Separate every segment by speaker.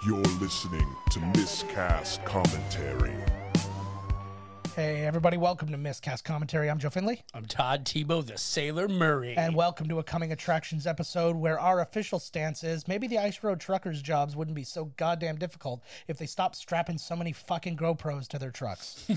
Speaker 1: You're listening to Miscast Commentary.
Speaker 2: Hey, everybody, welcome to Miscast Commentary. I'm Joe Finley,
Speaker 3: I'm Todd Tebow, the Sailor Murray.
Speaker 2: and welcome to a coming attractions episode where our official stance is maybe the Ice Road truckers' jobs wouldn't be so goddamn difficult if they stopped strapping so many fucking GoPros to their trucks.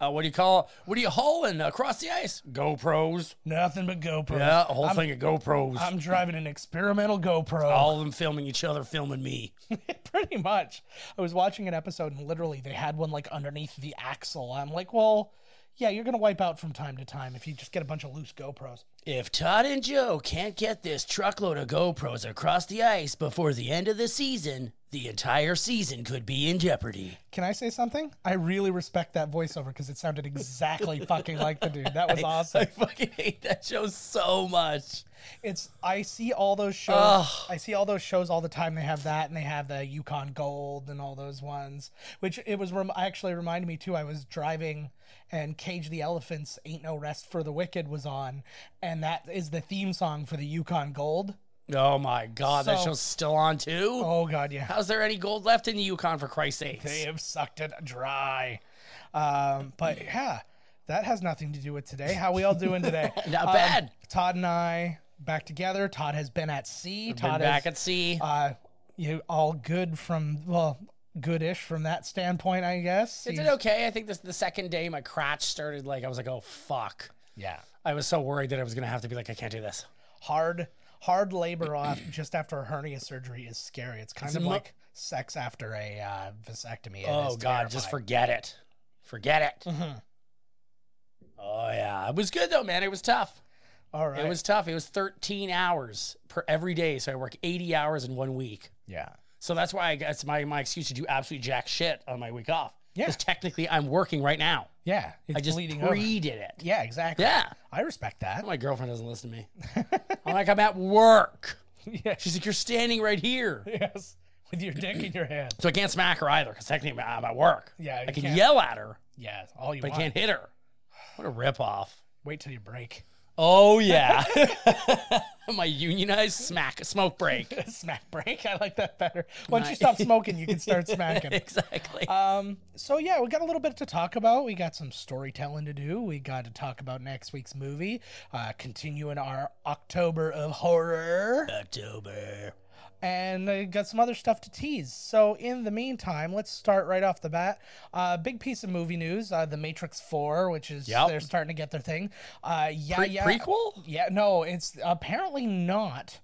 Speaker 3: uh, what do you call? What are you hauling across the ice? GoPros.
Speaker 2: Nothing but GoPros.
Speaker 3: Yeah, a whole
Speaker 2: I'm,
Speaker 3: thing Oh. of GoPros.
Speaker 2: I'm driving an experimental GoPro.
Speaker 3: All of them filming each other, filming me.
Speaker 2: Pretty much. I was watching an episode and literally they had one like underneath the axle. I'm like, well, yeah, you're going to wipe out from time to time if you just get a bunch of loose GoPros.
Speaker 3: If Todd and Joe can't get this truckload of GoPros across the ice before the end of the season, the entire season could be in jeopardy.
Speaker 2: Can I say something? I really respect that voiceover because it sounded exactly fucking like the dude. That was awesome.
Speaker 3: I fucking hate that show so much.
Speaker 2: It's I see all those shows.
Speaker 3: Ugh.
Speaker 2: I see all those shows all the time. They have that, and they have the Yukon Gold and all those ones. Which it was rem- actually reminded me too. I was driving, and Cage the Elephant's "Ain't No Rest for the Wicked" was on, and that is the theme song for the Yukon Gold.
Speaker 3: Oh my god, that
Speaker 2: So-
Speaker 3: show's still on too.
Speaker 2: Oh god, yeah.
Speaker 3: How's there any gold left in the Yukon for Christ's sake?
Speaker 2: They have sucked it dry. Um, but yeah, that has nothing to do with today. How we all doing today?
Speaker 3: Not
Speaker 2: Um,
Speaker 3: bad.
Speaker 2: Todd and I back together. Todd has been at sea.
Speaker 3: Been
Speaker 2: Todd
Speaker 3: back
Speaker 2: is,
Speaker 3: at sea.
Speaker 2: uh, you all good from well, goodish from that standpoint, I guess.
Speaker 3: It
Speaker 2: He's-
Speaker 3: did okay. I think this the second day my crotch started like I was like, oh fuck.
Speaker 2: Yeah,
Speaker 3: I was so worried that I was gonna have to be like, I can't do this.
Speaker 2: hard hard labor off just after a hernia surgery is scary. It's kind of
Speaker 3: a mo-
Speaker 2: like sex after a uh, vasectomy. It
Speaker 3: oh
Speaker 2: is terrifying.
Speaker 3: god,
Speaker 2: Mm-hmm.
Speaker 3: just forget it. Forget it. Oh yeah. It was good though, man. It was tough.
Speaker 2: all right.
Speaker 3: It was tough. It was 13 hours per every day. So I work 80 hours in one week.
Speaker 2: yeah.
Speaker 3: So that's why I guess my, my excuse to do absolutely jack shit on my week off.
Speaker 2: Yeah.
Speaker 3: Because technically I'm working right now.
Speaker 2: Yeah, it's
Speaker 3: I just
Speaker 2: bleeding over.
Speaker 3: pre did it.
Speaker 2: Yeah, exactly.
Speaker 3: Yeah.
Speaker 2: I respect that.
Speaker 3: My girlfriend doesn't listen to me. I'm like, I'm at work.
Speaker 2: Yeah,
Speaker 3: She's like, you're standing right here.
Speaker 2: yes, with your dick in your hand.
Speaker 3: So I can't smack her either because technically I'm at work.
Speaker 2: Yeah,
Speaker 3: I
Speaker 2: you
Speaker 3: can
Speaker 2: can't-
Speaker 3: yell at her,
Speaker 2: Yeah, all you
Speaker 3: but I
Speaker 2: want.
Speaker 3: can't hit her. What a ripoff.
Speaker 2: Wait till you break.
Speaker 3: Oh, yeah. My unionized smack, smoke break.
Speaker 2: Smack break. I like that better. Once you stop smoking, you can start smacking.
Speaker 3: exactly.
Speaker 2: Um. So yeah, we got a little bit to talk about. We got some storytelling to do. We got to talk about next week's movie. Uh, continuing our October of horror,
Speaker 3: October.
Speaker 2: and I got some other stuff to tease. So in the meantime, let's start right off the bat. Uh, big piece of movie news: uh, The Matrix Four, which is
Speaker 3: Yep.
Speaker 2: they're starting to get their thing. Uh, yeah,
Speaker 3: Pre-
Speaker 2: yeah.
Speaker 3: Prequel?
Speaker 2: Yeah, no, it's apparently not,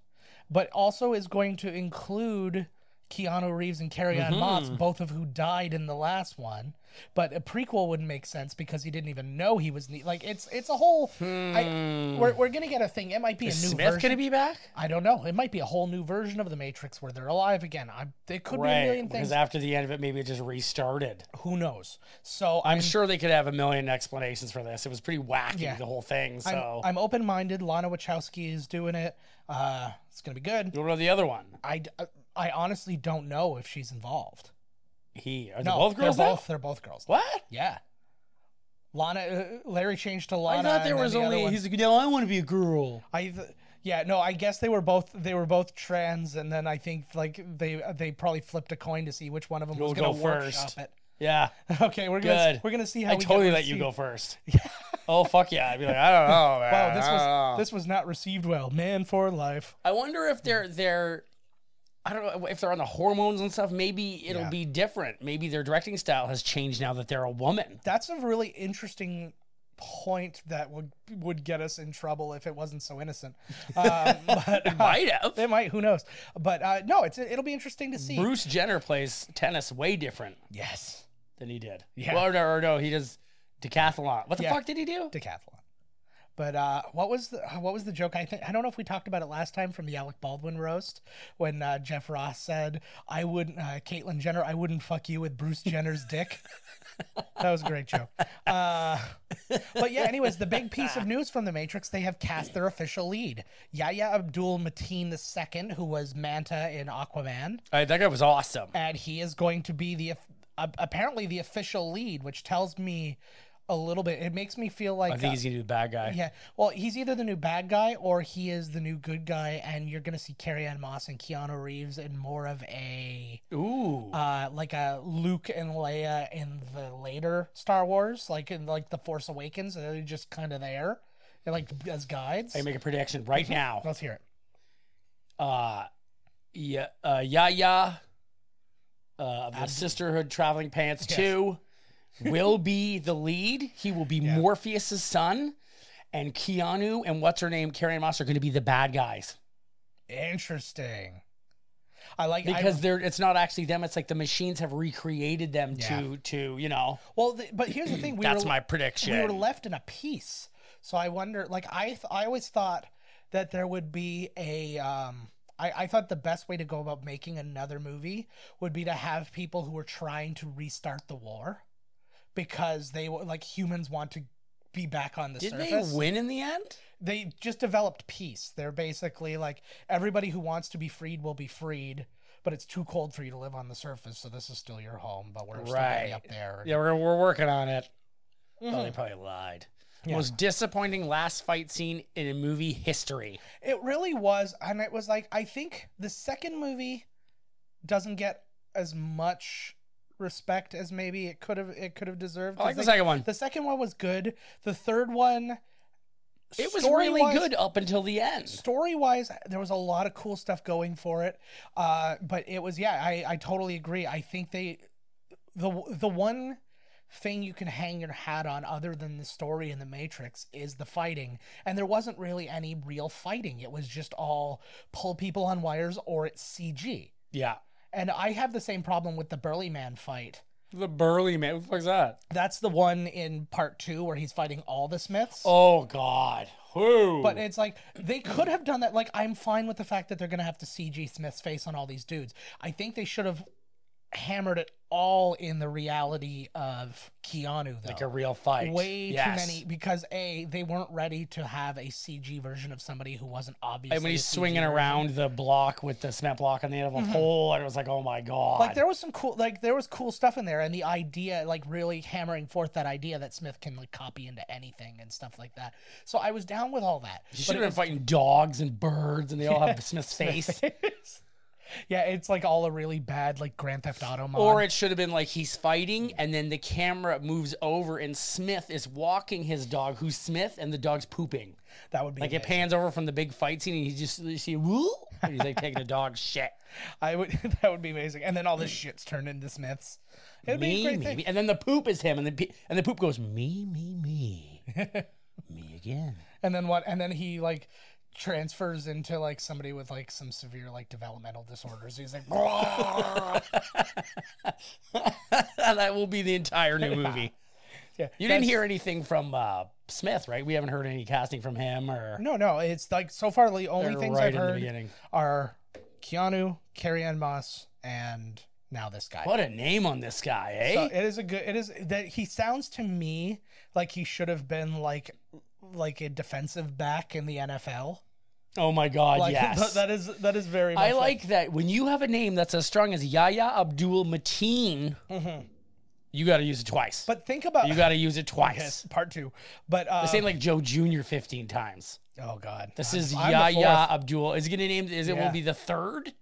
Speaker 2: but also is going to include Keanu Reeves and Carrie
Speaker 3: Mm-hmm.
Speaker 2: Ann Moss, both of who died in the last one. But a prequel wouldn't make sense because he didn't even know he was ne- like it's it's a whole. I, we're we're gonna get a thing. It might be a new
Speaker 3: Hmm. Smith
Speaker 2: version.
Speaker 3: going to be back?
Speaker 2: I don't know. It might be a whole new version of the Matrix where they're alive again. I it could be a million things.
Speaker 3: Because after the end of it, maybe it just restarted.
Speaker 2: who knows? So
Speaker 3: I'm sure they could have a million explanations for this. It was pretty wacky,
Speaker 2: Yeah.
Speaker 3: the whole thing.
Speaker 2: I'm,
Speaker 3: So,
Speaker 2: I'm open minded. Lana Wachowski is doing it. Uh, it's gonna be good.
Speaker 3: what about the other one?
Speaker 2: I, uh, I honestly don't know if she's involved.
Speaker 3: He. Are they
Speaker 2: No,
Speaker 3: both girls?
Speaker 2: They're
Speaker 3: now?
Speaker 2: both. They're both girls.
Speaker 3: What?
Speaker 2: Yeah. Lana, uh, Larry changed to
Speaker 3: I
Speaker 2: Lana.
Speaker 3: thought there
Speaker 2: and then
Speaker 3: was
Speaker 2: the other
Speaker 3: only.
Speaker 2: one-
Speaker 3: He's like, no, I want to be a girl.
Speaker 2: I, th- yeah, no, I guess they were both. They were both trans, and then I think like they they probably flipped a coin to see which one of them
Speaker 3: You'll
Speaker 2: was going
Speaker 3: go
Speaker 2: to
Speaker 3: first.
Speaker 2: workshop it.
Speaker 3: Yeah.
Speaker 2: Okay, we're gonna
Speaker 3: Good.
Speaker 2: we're gonna see how
Speaker 3: I
Speaker 2: we
Speaker 3: totally
Speaker 2: get
Speaker 3: let you
Speaker 2: received.
Speaker 3: go first. oh fuck yeah! I'd be like, I don't know, man.
Speaker 2: Wow, this
Speaker 3: I don't know."
Speaker 2: was this was not received well. Man for life.
Speaker 3: I wonder if they're they're. I don't know if they're on the hormones and stuff. Maybe it'll
Speaker 2: Yeah.
Speaker 3: be different. Maybe their directing style has changed now that they're a woman.
Speaker 2: That's a really interesting point that would would get us in trouble if it wasn't so innocent. Um, but uh,
Speaker 3: Might have.
Speaker 2: They might. Who knows? But uh, no, it's it'll be interesting to see.
Speaker 3: Bruce Jenner plays tennis way different
Speaker 2: Yes,
Speaker 3: than he did.
Speaker 2: Yeah.
Speaker 3: Well, no, or no, he does decathlon. What the
Speaker 2: Yeah.
Speaker 3: fuck did he do?
Speaker 2: decathlon. But uh, what was the what was the joke? I think I don't know if we talked about it last time from the Alec Baldwin roast when uh, Jeff Ross said, "I wouldn't, uh, Caitlyn Jenner, I wouldn't fuck you with Bruce Jenner's dick." that was a great joke. Uh, but yeah, anyways, the big piece of news from The Matrix, they have cast their official lead, Yahya Abdul Mateen II, who was Manta in Aquaman.
Speaker 3: Uh, that guy was awesome.
Speaker 2: and he is going to be the uh, apparently the official lead, which tells me a little bit. It makes me feel like
Speaker 3: I think
Speaker 2: uh,
Speaker 3: he's gonna be the bad guy.
Speaker 2: yeah. Well, he's either the new bad guy or he is the new good guy, and you're gonna see Carrie Ann Moss and Keanu Reeves in more of a
Speaker 3: Ooh.
Speaker 2: uh, like a Luke and Leia in the later Star Wars, like in like the Force Awakens. and They're just kind of there, they're like as guides.
Speaker 3: I can make a prediction right now.
Speaker 2: Let's hear it.
Speaker 3: uh yeah uh Yaya uh of the Sisterhood Traveling Pants
Speaker 2: Yes.
Speaker 3: 2 will be the lead. He will be
Speaker 2: Yeah.
Speaker 3: Morpheus's son. And Keanu and what's her name, Carrie and Moss are going to be the bad guys
Speaker 2: Interesting. I like I-
Speaker 3: because they're it's not actually them. It's like the machines have recreated them
Speaker 2: Yeah.
Speaker 3: to to you know.
Speaker 2: well, the, but here's the thing. We
Speaker 3: that's
Speaker 2: were,
Speaker 3: my prediction.
Speaker 2: we were left in a piece. So I wonder, like I, th- I always thought that there would be a. Um, I, I thought the best way to go about making another movie would be to have people who were trying to restart the war, because they were like humans want to be back on the
Speaker 3: Did they
Speaker 2: surface.
Speaker 3: win in the end?
Speaker 2: they just developed peace. They're basically like everybody who wants to be freed will be freed, but it's too cold for you to live on the surface, so this is still your home, but we're still gonna be
Speaker 3: Right.
Speaker 2: up there.
Speaker 3: Yeah, we're we're working on it. Oh, they
Speaker 2: Mhm.
Speaker 3: probably lied.
Speaker 2: Yeah.
Speaker 3: Most disappointing last fight scene in a movie history.
Speaker 2: It really was, and it was like I think the second movie doesn't get as much respect as maybe it could have it could have deserved.
Speaker 3: I like the
Speaker 2: 'cause,
Speaker 3: second one.
Speaker 2: the second one was good. The third one
Speaker 3: It was really
Speaker 2: story-wise-
Speaker 3: good up until the end.
Speaker 2: story wise there was a lot of cool stuff going for it uh but it was yeah i i totally agree i think they the the one thing you can hang your hat on other than the story in the matrix is the fighting and there wasn't really any real fighting it was just all pull people on wires or it's cg
Speaker 3: Yeah.
Speaker 2: and i have the same problem with the burly man fight
Speaker 3: The burly man. What the fuck's that?
Speaker 2: that's the one in part two where he's fighting all the smiths
Speaker 3: Oh God. Who?
Speaker 2: But it's like they could have done that. Like I'm fine with the fact that they're gonna have to CG Smith's face on all these dudes. I think they should have hammered it all in the reality of Keanu though.
Speaker 3: like a real fight.
Speaker 2: Way
Speaker 3: Yes.
Speaker 2: too many because a they weren't ready to have a CG version of somebody who wasn't obviously.
Speaker 3: And when he's
Speaker 2: a CG
Speaker 3: swinging
Speaker 2: version.
Speaker 3: around the block with the cement block on the end of a pole, and it was like, oh my God.
Speaker 2: Mm-hmm. like there was some cool, like there was cool stuff in there, and the idea, like really hammering forth that idea that Smith can like copy into anything and stuff like that. So I was down with all that. But
Speaker 3: you should
Speaker 2: it
Speaker 3: have been fighting dogs and birds, and they all have Smith's face.
Speaker 2: yeah, it's like all a really bad like Grand Theft Auto mod.
Speaker 3: Or it should have been like he's fighting, and then the camera moves over, and Smith is walking his dog, who's Smith, and the dog's pooping.
Speaker 2: that would be
Speaker 3: Like it
Speaker 2: amazing.
Speaker 3: pans over from the big fight scene, and he just you see woo, and he's like taking a dog shit.
Speaker 2: I would that would be amazing. And then all this shit's turned into Smiths. It would be a
Speaker 3: me,
Speaker 2: great
Speaker 3: me,
Speaker 2: thing.
Speaker 3: me. And then the poop is him, and the pe- and the poop goes me, me, me, me again.
Speaker 2: And then what? And then he like transfers into like somebody with like some severe like developmental disorders. He's like, "Grrr."
Speaker 3: that will be the entire new movie.
Speaker 2: yeah, that's-
Speaker 3: You didn't hear anything from uh, Smith, right? We haven't heard any casting from him or
Speaker 2: No, no. It's like so far the only
Speaker 3: They're
Speaker 2: things
Speaker 3: right
Speaker 2: I've
Speaker 3: in the
Speaker 2: heard
Speaker 3: beginning.
Speaker 2: are Keanu, Carrie Ann Moss, and now this guy.
Speaker 3: what a name on this guy, eh?
Speaker 2: So it is a good. It is that he sounds to me like he should have been like like a defensive back in the NFL.
Speaker 3: oh my God,
Speaker 2: Like
Speaker 3: yes.
Speaker 2: that- that is that is very. Much
Speaker 3: I like that when you have a name that's as strong as Yahya Abdul Mateen. You got to use it twice.
Speaker 2: Mm-hmm. But think about
Speaker 3: you got to use it twice.
Speaker 2: yes, part two. But uh,
Speaker 3: The same like Joe Jr. fifteen times.
Speaker 2: oh god,
Speaker 3: This is
Speaker 2: I'm the
Speaker 3: Yahya Abdul. Is he gonna name? Is it
Speaker 2: Yeah.
Speaker 3: will be the third?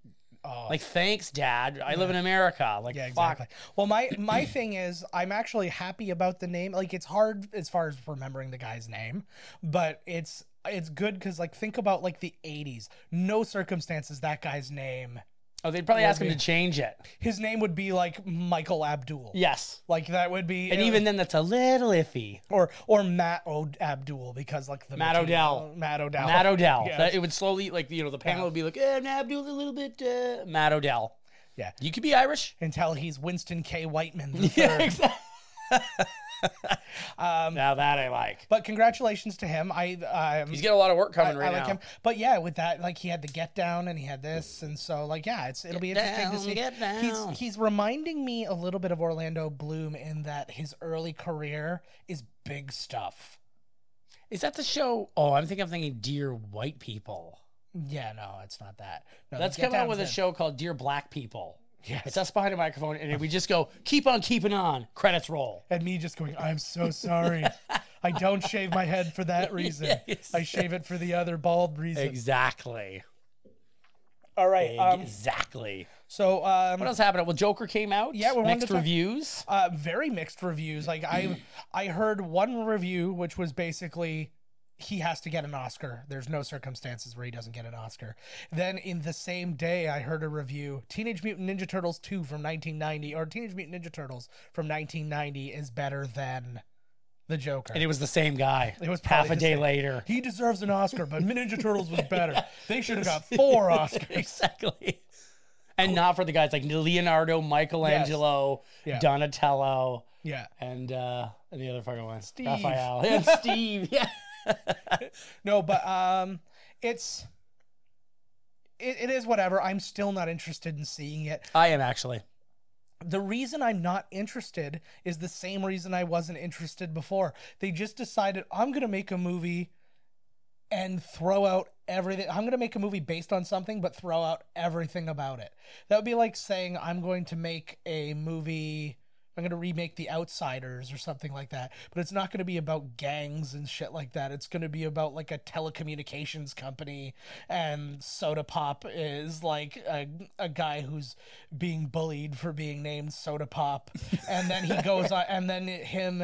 Speaker 2: Oh.
Speaker 3: Like thanks, Dad. I live in America. Like
Speaker 2: Yeah,
Speaker 3: fuck.
Speaker 2: exactly. Well, my my thing is, I'm actually happy about the name. Like, it's hard as far as remembering the guy's name, but it's it's good because like think about like the 80s. No circumstances that guy's name.
Speaker 3: Oh, they'd probably ask him to
Speaker 2: be.
Speaker 3: change it.
Speaker 2: His name would be like Michael Abdul.
Speaker 3: Yes.
Speaker 2: Like that would be
Speaker 3: And
Speaker 2: it
Speaker 3: even
Speaker 2: would-
Speaker 3: then, that's a little iffy.
Speaker 2: or or Matt o- Abdul because like the
Speaker 3: Matt Odell.
Speaker 2: Matt Odell.
Speaker 3: Matt Odell.
Speaker 2: Yes.
Speaker 3: That- it would slowly, like, you know, the
Speaker 2: Oh,
Speaker 3: panel
Speaker 2: Yeah.
Speaker 3: would be like, eh, nah, do a little bit, uh, Matt Odell.
Speaker 2: Yeah.
Speaker 3: You could be Irish.
Speaker 2: Until he's Winston K. Whiteman the
Speaker 3: Yeah,
Speaker 2: third.
Speaker 3: exactly.
Speaker 2: Um,
Speaker 3: now that I like.
Speaker 2: But congratulations to him. I um,
Speaker 3: He's got a lot of work
Speaker 2: I,
Speaker 3: coming
Speaker 2: I
Speaker 3: right
Speaker 2: like
Speaker 3: now.
Speaker 2: him. But yeah, with that, like he had the get down and he had this, and so like yeah, it's it'll be
Speaker 3: Get
Speaker 2: interesting to
Speaker 3: down,
Speaker 2: see.
Speaker 3: get down.
Speaker 2: He's he's reminding me a little bit of Orlando Bloom in that his early career is big stuff.
Speaker 3: Is that the show? Oh, I'm thinking I'm thinking Dear White People.
Speaker 2: Yeah, no, it's not that. No, the
Speaker 3: Let's
Speaker 2: Get
Speaker 3: come out
Speaker 2: Down's
Speaker 3: with a
Speaker 2: it.
Speaker 3: show called Dear Black People.
Speaker 2: Yes.
Speaker 3: It's us behind a microphone, and we just go, keep on keeping on. Credits roll.
Speaker 2: and me just going, I'm so sorry. I don't shave my head for that reason.
Speaker 3: Yes.
Speaker 2: I shave it for the other bald reason.
Speaker 3: Exactly.
Speaker 2: All right. Um,
Speaker 3: exactly.
Speaker 2: so,
Speaker 3: What
Speaker 2: um,
Speaker 3: else happened? Well, Joker came out.
Speaker 2: Yeah, we wanted
Speaker 3: next
Speaker 2: to talk-
Speaker 3: reviews.
Speaker 2: uh, very mixed reviews. Like I, I heard one review which was basically he has to get an Oscar. There's no circumstances where he doesn't get an Oscar. Then in the same day, I heard a review: Teenage Mutant Ninja Turtles two from 1990, or Teenage Mutant Ninja Turtles from 1990 is better than the Joker.
Speaker 3: and it was the same guy.
Speaker 2: It was probably
Speaker 3: half a
Speaker 2: the
Speaker 3: day
Speaker 2: same-
Speaker 3: later.
Speaker 2: He deserves an Oscar, but Ninja Turtles was better. They should have got four Oscars.
Speaker 3: exactly. And not for the guys like Leonardo, Michelangelo,
Speaker 2: Yeah.
Speaker 3: Donatello,
Speaker 2: Yeah.
Speaker 3: and uh, and the other fucking one,
Speaker 2: Steve.
Speaker 3: Raphael, and Steve. Yeah.
Speaker 2: No, but um, it's it, it is whatever. I'm still not interested in seeing it.
Speaker 3: I am actually.
Speaker 2: The reason I'm not interested is the same reason I wasn't interested before. They just decided I'm gonna make a movie and throw out everything. I'm gonna make a movie based on something, but throw out everything about it. That would be like saying I'm going to make a movie. I'm gonna remake The Outsiders or something like that, but it's not gonna be about gangs and shit like that. It's gonna be about like a telecommunications company, and Soda Pop is like a, a guy who's being bullied for being named Soda Pop, and then he goes on, and then him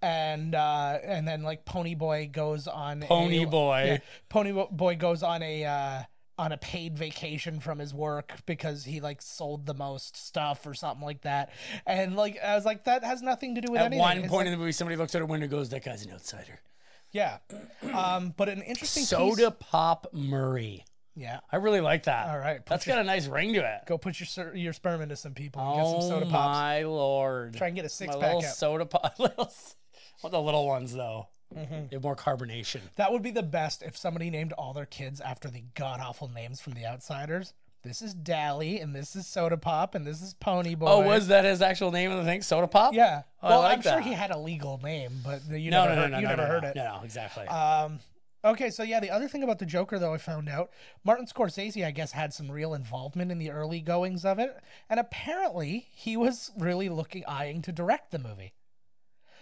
Speaker 2: and uh and then like pony boy goes on a-
Speaker 3: Pony Boy.
Speaker 2: pony Bo- boy goes on a uh on a paid vacation from his work because he like sold the most stuff or something like that and like i was like that has nothing to do with
Speaker 3: At
Speaker 2: anything
Speaker 3: one
Speaker 2: It's
Speaker 3: point
Speaker 2: like-
Speaker 3: in the movie, somebody looks out a window and goes, That guy's an outsider.
Speaker 2: yeah um but an interesting piece-
Speaker 3: Soda Pop Murray.
Speaker 2: yeah
Speaker 3: I really like that.
Speaker 2: All right, put
Speaker 3: That's got a nice ring to it.
Speaker 2: go put your ser- your sperm into some people and get
Speaker 3: Oh,
Speaker 2: some soda pops
Speaker 3: my lord.
Speaker 2: try and get a six
Speaker 3: my
Speaker 2: pack
Speaker 3: little
Speaker 2: out
Speaker 3: soda pop. Little, s- well, the little ones, though.
Speaker 2: Mm-hmm.
Speaker 3: They have more carbonation.
Speaker 2: that would be the best if somebody named all their kids after the god awful names from the outsiders this is Dally, and this is Soda Pop, and this is Pony Boy.
Speaker 3: Oh, was that his actual name of the thing? Soda Pop?
Speaker 2: Yeah.
Speaker 3: Oh, I
Speaker 2: well,
Speaker 3: like
Speaker 2: I'm sure
Speaker 3: that.
Speaker 2: he had a legal name, but you
Speaker 3: No,
Speaker 2: never
Speaker 3: no, no,
Speaker 2: heard,
Speaker 3: no,
Speaker 2: you
Speaker 3: no,
Speaker 2: never
Speaker 3: no,
Speaker 2: heard
Speaker 3: no,
Speaker 2: it.
Speaker 3: No, no, exactly.
Speaker 2: Um, okay, so yeah, the other thing about the Joker, though, I found out Martin Scorsese, I guess, had some real involvement in the early goings of it, and apparently he was really looking eyeing to direct the movie.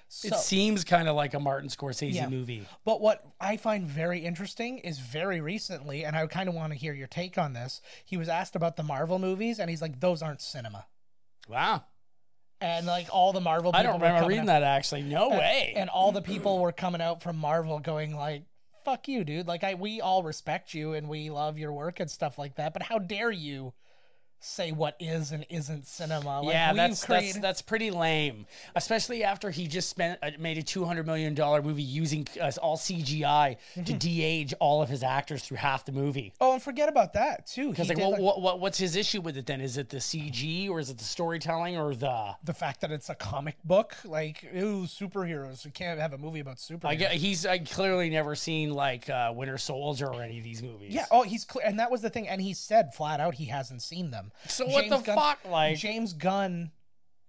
Speaker 2: So,
Speaker 3: it seems kind of like a Martin Scorsese
Speaker 2: Yeah.
Speaker 3: movie.
Speaker 2: but what I find very interesting is very recently, and I kind of want to hear your take on this. He was asked about the Marvel movies, and he's like, "Those aren't cinema."
Speaker 3: Wow.
Speaker 2: And like all the Marvel,
Speaker 3: I
Speaker 2: people
Speaker 3: don't
Speaker 2: were
Speaker 3: remember
Speaker 2: coming
Speaker 3: reading
Speaker 2: out-
Speaker 3: that, actually. No
Speaker 2: and-
Speaker 3: way.
Speaker 2: And all the people were coming out from Marvel going like, "Fuck you, dude. Like I we all respect you and we love your work and stuff like that, but how dare you say what is and isn't cinema?" Like,
Speaker 3: yeah,
Speaker 2: we've
Speaker 3: that's, that's
Speaker 2: created-
Speaker 3: that's pretty lame, especially after he just spent uh, made a two hundred million dollar movie using uh, all CGI to
Speaker 2: Mm-hmm.
Speaker 3: de-age all of his actors through half the movie.
Speaker 2: Oh, and forget about that too. He
Speaker 3: Because like,
Speaker 2: did,
Speaker 3: what,
Speaker 2: like,
Speaker 3: what, what, what's his issue with it then? Is it the CG or is it the storytelling or the?
Speaker 2: the fact that it's a comic book, like, ooh, superheroes. You can't have a movie about superheroes.
Speaker 3: I get, he's I clearly never seen like uh, Winter Soldier or any of these movies.
Speaker 2: Yeah. Oh, he's clear, and that was the thing, and he said flat out he hasn't seen them.
Speaker 3: So what the fuck, like-
Speaker 2: James Gunn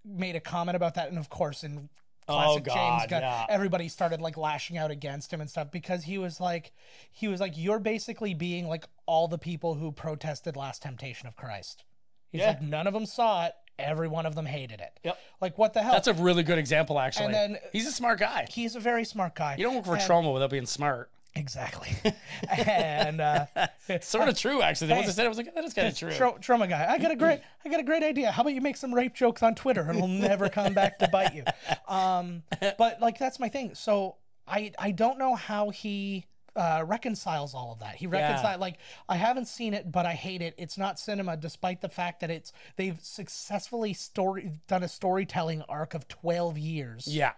Speaker 2: made a comment about that, and of course, in
Speaker 3: Oh,
Speaker 2: classic
Speaker 3: God,
Speaker 2: James Gunn,
Speaker 3: yeah.
Speaker 2: everybody started like lashing out against him and stuff because he was like, he was like, you're basically being like all the people who protested Last Temptation of Christ. He's
Speaker 3: Yeah.
Speaker 2: like, none of them saw it. Every one of them hated it.
Speaker 3: Yep.
Speaker 2: Like what the hell?
Speaker 3: that's a really good example actually.
Speaker 2: Oh. And then-
Speaker 3: he's a smart guy.
Speaker 2: He's a very smart guy.
Speaker 3: You don't work for
Speaker 2: And-
Speaker 3: trauma without being smart.
Speaker 2: Exactly. and uh,
Speaker 3: It's sort of true actually. Once I
Speaker 2: Hey.
Speaker 3: said, it, I was like, that is kind of true.
Speaker 2: Tro- trauma guy. I got a great, I got a great idea. How about you make some rape jokes on Twitter, and we'll never come back to bite you. Um, but like that's my thing. So I, I don't know how he uh, reconciles all of that. He reconciles like I haven't seen it, but I hate it. It's not cinema, despite the fact that it's they've successfully story done a storytelling arc of twelve years.
Speaker 3: Yeah,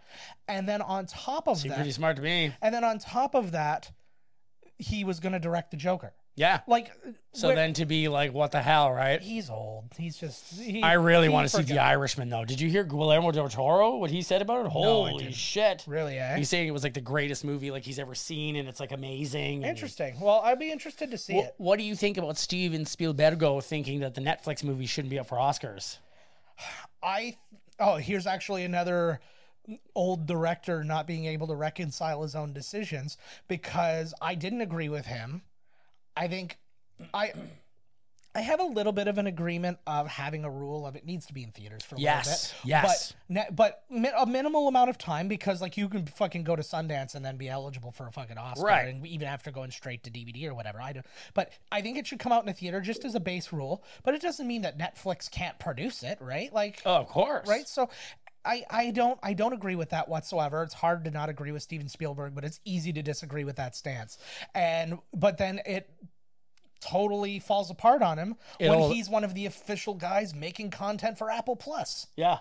Speaker 2: and then on top of
Speaker 3: seemed
Speaker 2: that,
Speaker 3: pretty smart to me.
Speaker 2: and then on top of that, he was going to direct the Joker.
Speaker 3: Yeah.
Speaker 2: Like
Speaker 3: So
Speaker 2: where-
Speaker 3: then to be like, what the hell, right?
Speaker 2: he's old. He's just. He,
Speaker 3: I really
Speaker 2: he
Speaker 3: want to see
Speaker 2: forgot.
Speaker 3: The Irishman though. Did you hear Guillermo del Toro what he said about it? Holy
Speaker 2: didn't.
Speaker 3: shit!
Speaker 2: Really, eh?
Speaker 3: He's saying it was like the greatest movie like he's ever seen, and it's like amazing. and-
Speaker 2: Interesting. Well, I'd be interested to see
Speaker 3: Wh-
Speaker 2: it.
Speaker 3: What do you think about Steven Spielbergo thinking that the Netflix movie shouldn't be up for Oscars?
Speaker 2: I. Oh, here's actually another old director not being able to reconcile his own decisions because I didn't agree with him. I think I. I have a little bit of an agreement of having a rule of it needs to be in theaters for a
Speaker 3: Yes,
Speaker 2: little bit.
Speaker 3: yes.
Speaker 2: But, ne- but mi- a minimal amount of time because like you can fucking go to Sundance and then be eligible for a fucking Oscar,
Speaker 3: Right.
Speaker 2: And even after going straight to DVD or whatever, I do. But I think it should come out in a theater just as a base rule. But it doesn't mean that Netflix can't produce it, right? Like
Speaker 3: Of course.
Speaker 2: right? So I, I don't I don't agree with that whatsoever. It's hard to not agree with Steven Spielberg, but it's easy to disagree with that stance. And but then it totally falls apart on him
Speaker 3: It'll-
Speaker 2: when he's one of the official guys making content for Apple Plus.
Speaker 3: Yeah.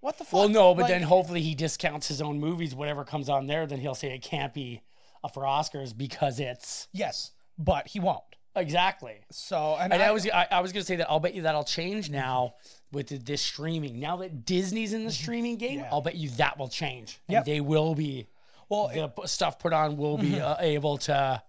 Speaker 2: What the fuck?
Speaker 3: Well, no, but
Speaker 2: Like,
Speaker 3: then hopefully he discounts his own movies. Whatever comes on there, then he'll say it can't be uh, for Oscars because it's
Speaker 2: yes, but he won't.
Speaker 3: exactly.
Speaker 2: So and,
Speaker 3: And
Speaker 2: I,
Speaker 3: I was I, I was gonna say that I'll bet you that'll change now with the, this streaming. Now that Disney's in the streaming game, I'll bet you that will change. And
Speaker 2: Yep.
Speaker 3: they will be
Speaker 2: well
Speaker 3: the p- stuff put on will be uh, able to.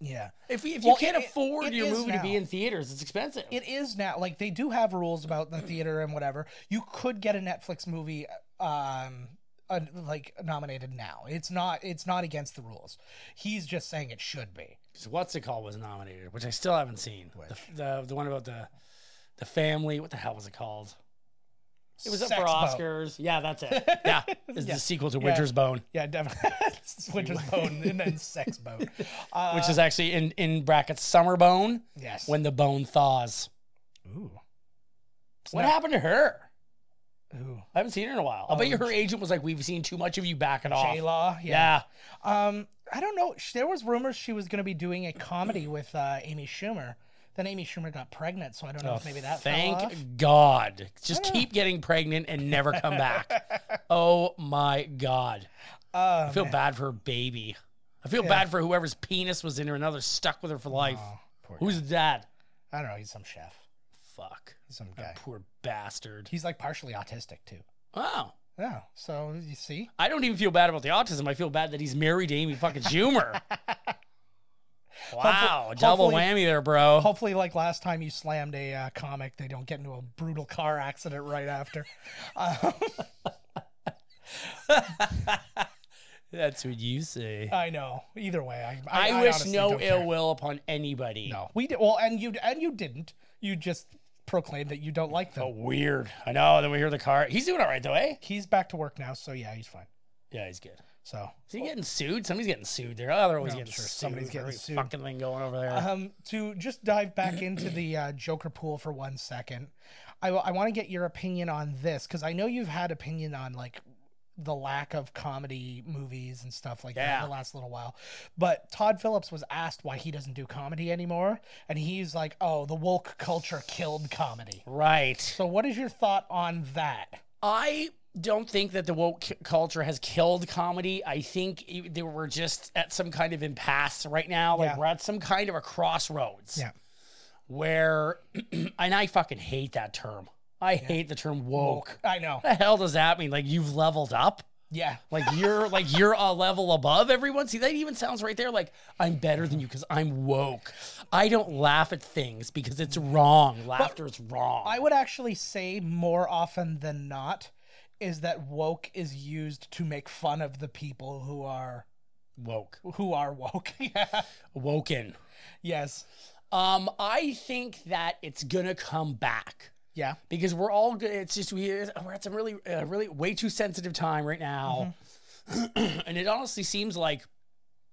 Speaker 2: yeah.
Speaker 3: If, if
Speaker 2: Well,
Speaker 3: you can't
Speaker 2: it- it-
Speaker 3: afford
Speaker 2: it
Speaker 3: your
Speaker 2: is
Speaker 3: movie to be
Speaker 2: now.
Speaker 3: in theaters, it's expensive.
Speaker 2: it is now like they do have rules about the theater and whatever you could get a netflix movie um uh, like nominated now it's not it's not against the rules he's just saying it should be
Speaker 3: So what's it called was nominated, which I still haven't seen. The, the the one about the the family. What the hell was it called? It was up
Speaker 2: Sex
Speaker 3: for
Speaker 2: Boat.
Speaker 3: Oscars. Yeah, that's it. Yeah, it's the sequel to Winter's Bone,
Speaker 2: yeah definitely winter's bone and then sex bone uh,
Speaker 3: which is actually in in brackets Summer Bone
Speaker 2: yes
Speaker 3: when the bone thaws.
Speaker 2: ooh
Speaker 3: What happened to her?
Speaker 2: ooh
Speaker 3: I haven't seen her in a while. I bet you her agent was like, "We've seen too much of you. Back it off."
Speaker 2: J Law, yeah.
Speaker 3: Yeah.
Speaker 2: Um, I don't know. Sh- There was rumors she was going to be doing a comedy with uh, Amy Schumer. Then Amy Schumer got pregnant, so I don't know if maybe that. fell
Speaker 3: Oh, Thank
Speaker 2: off.
Speaker 3: God. Just keep getting pregnant and never come back. oh my God.
Speaker 2: Um,
Speaker 3: I feel bad for her baby. I feel bad for whoever's penis was in her and now they're stuck with her for life. Who's that?
Speaker 2: Oh, I don't know. He's some chef,
Speaker 3: Fuck.
Speaker 2: some guy.
Speaker 3: Poor bastard.
Speaker 2: He's like partially autistic too.
Speaker 3: Wow.
Speaker 2: Yeah. So you see,
Speaker 3: I don't even feel bad about the autism. I feel bad that he's married to Amy fucking Schumer. wow.
Speaker 2: Hopefully-
Speaker 3: Double
Speaker 2: hopefully-
Speaker 3: whammy there, bro.
Speaker 2: hopefully, like last time you slammed a uh, comic, they don't get into a brutal car accident right after. Um,
Speaker 3: That's what you say.
Speaker 2: I know. Either way, I,
Speaker 3: I,
Speaker 2: I, I
Speaker 3: wish
Speaker 2: honestly
Speaker 3: no
Speaker 2: don't care.
Speaker 3: ill will upon anybody.
Speaker 2: No, we did. Well, and you and you didn't. You just proclaimed that you don't like them.
Speaker 3: But weird. I know. Then we hear the car. He's doing all right though, eh?
Speaker 2: He's back to work now, so yeah, he's fine.
Speaker 3: Yeah, he's good.
Speaker 2: So
Speaker 3: Is he getting sued? Somebody's getting sued there. Oh, they're always
Speaker 2: No, I'm
Speaker 3: getting
Speaker 2: sure
Speaker 3: sued.
Speaker 2: somebody's getting
Speaker 3: Every
Speaker 2: sued.
Speaker 3: Fucking thing going over there.
Speaker 2: Um, to just dive back into the uh, Joker pool for one second, I, want to get your opinion on this because I know you've had opinion on like the lack of comedy movies and stuff like that
Speaker 3: Yeah.
Speaker 2: in the last little while. But Todd Phillips was asked why he doesn't do comedy anymore, and he's like, "Oh, the woke culture killed comedy."
Speaker 3: right.
Speaker 2: So, what is your thought on that?
Speaker 3: I don't think that the woke c- culture has killed comedy. I think e- they were just at some kind of impasse right now. Like
Speaker 2: Yeah.
Speaker 3: we're at some kind of a crossroads.
Speaker 2: Yeah.
Speaker 3: Where, and I fucking hate that term. I hate the term woke.
Speaker 2: I know.
Speaker 3: What the hell does that mean? Like you've leveled up?
Speaker 2: Yeah.
Speaker 3: Like you're like you're a level above everyone. See, that even sounds right there like I'm better than you because I'm woke. I don't laugh at things because it's wrong. Laughter's wrong.
Speaker 2: I would actually say more often than not is that woke is used to make fun of the people who are
Speaker 3: woke.
Speaker 2: who are woke. yeah.
Speaker 3: Woken.
Speaker 2: Yes.
Speaker 3: Um, I think that it's gonna come back.
Speaker 2: Yeah.
Speaker 3: because we're all good. It's just we we're at some really, uh, really way too sensitive time right now, and it honestly seems like,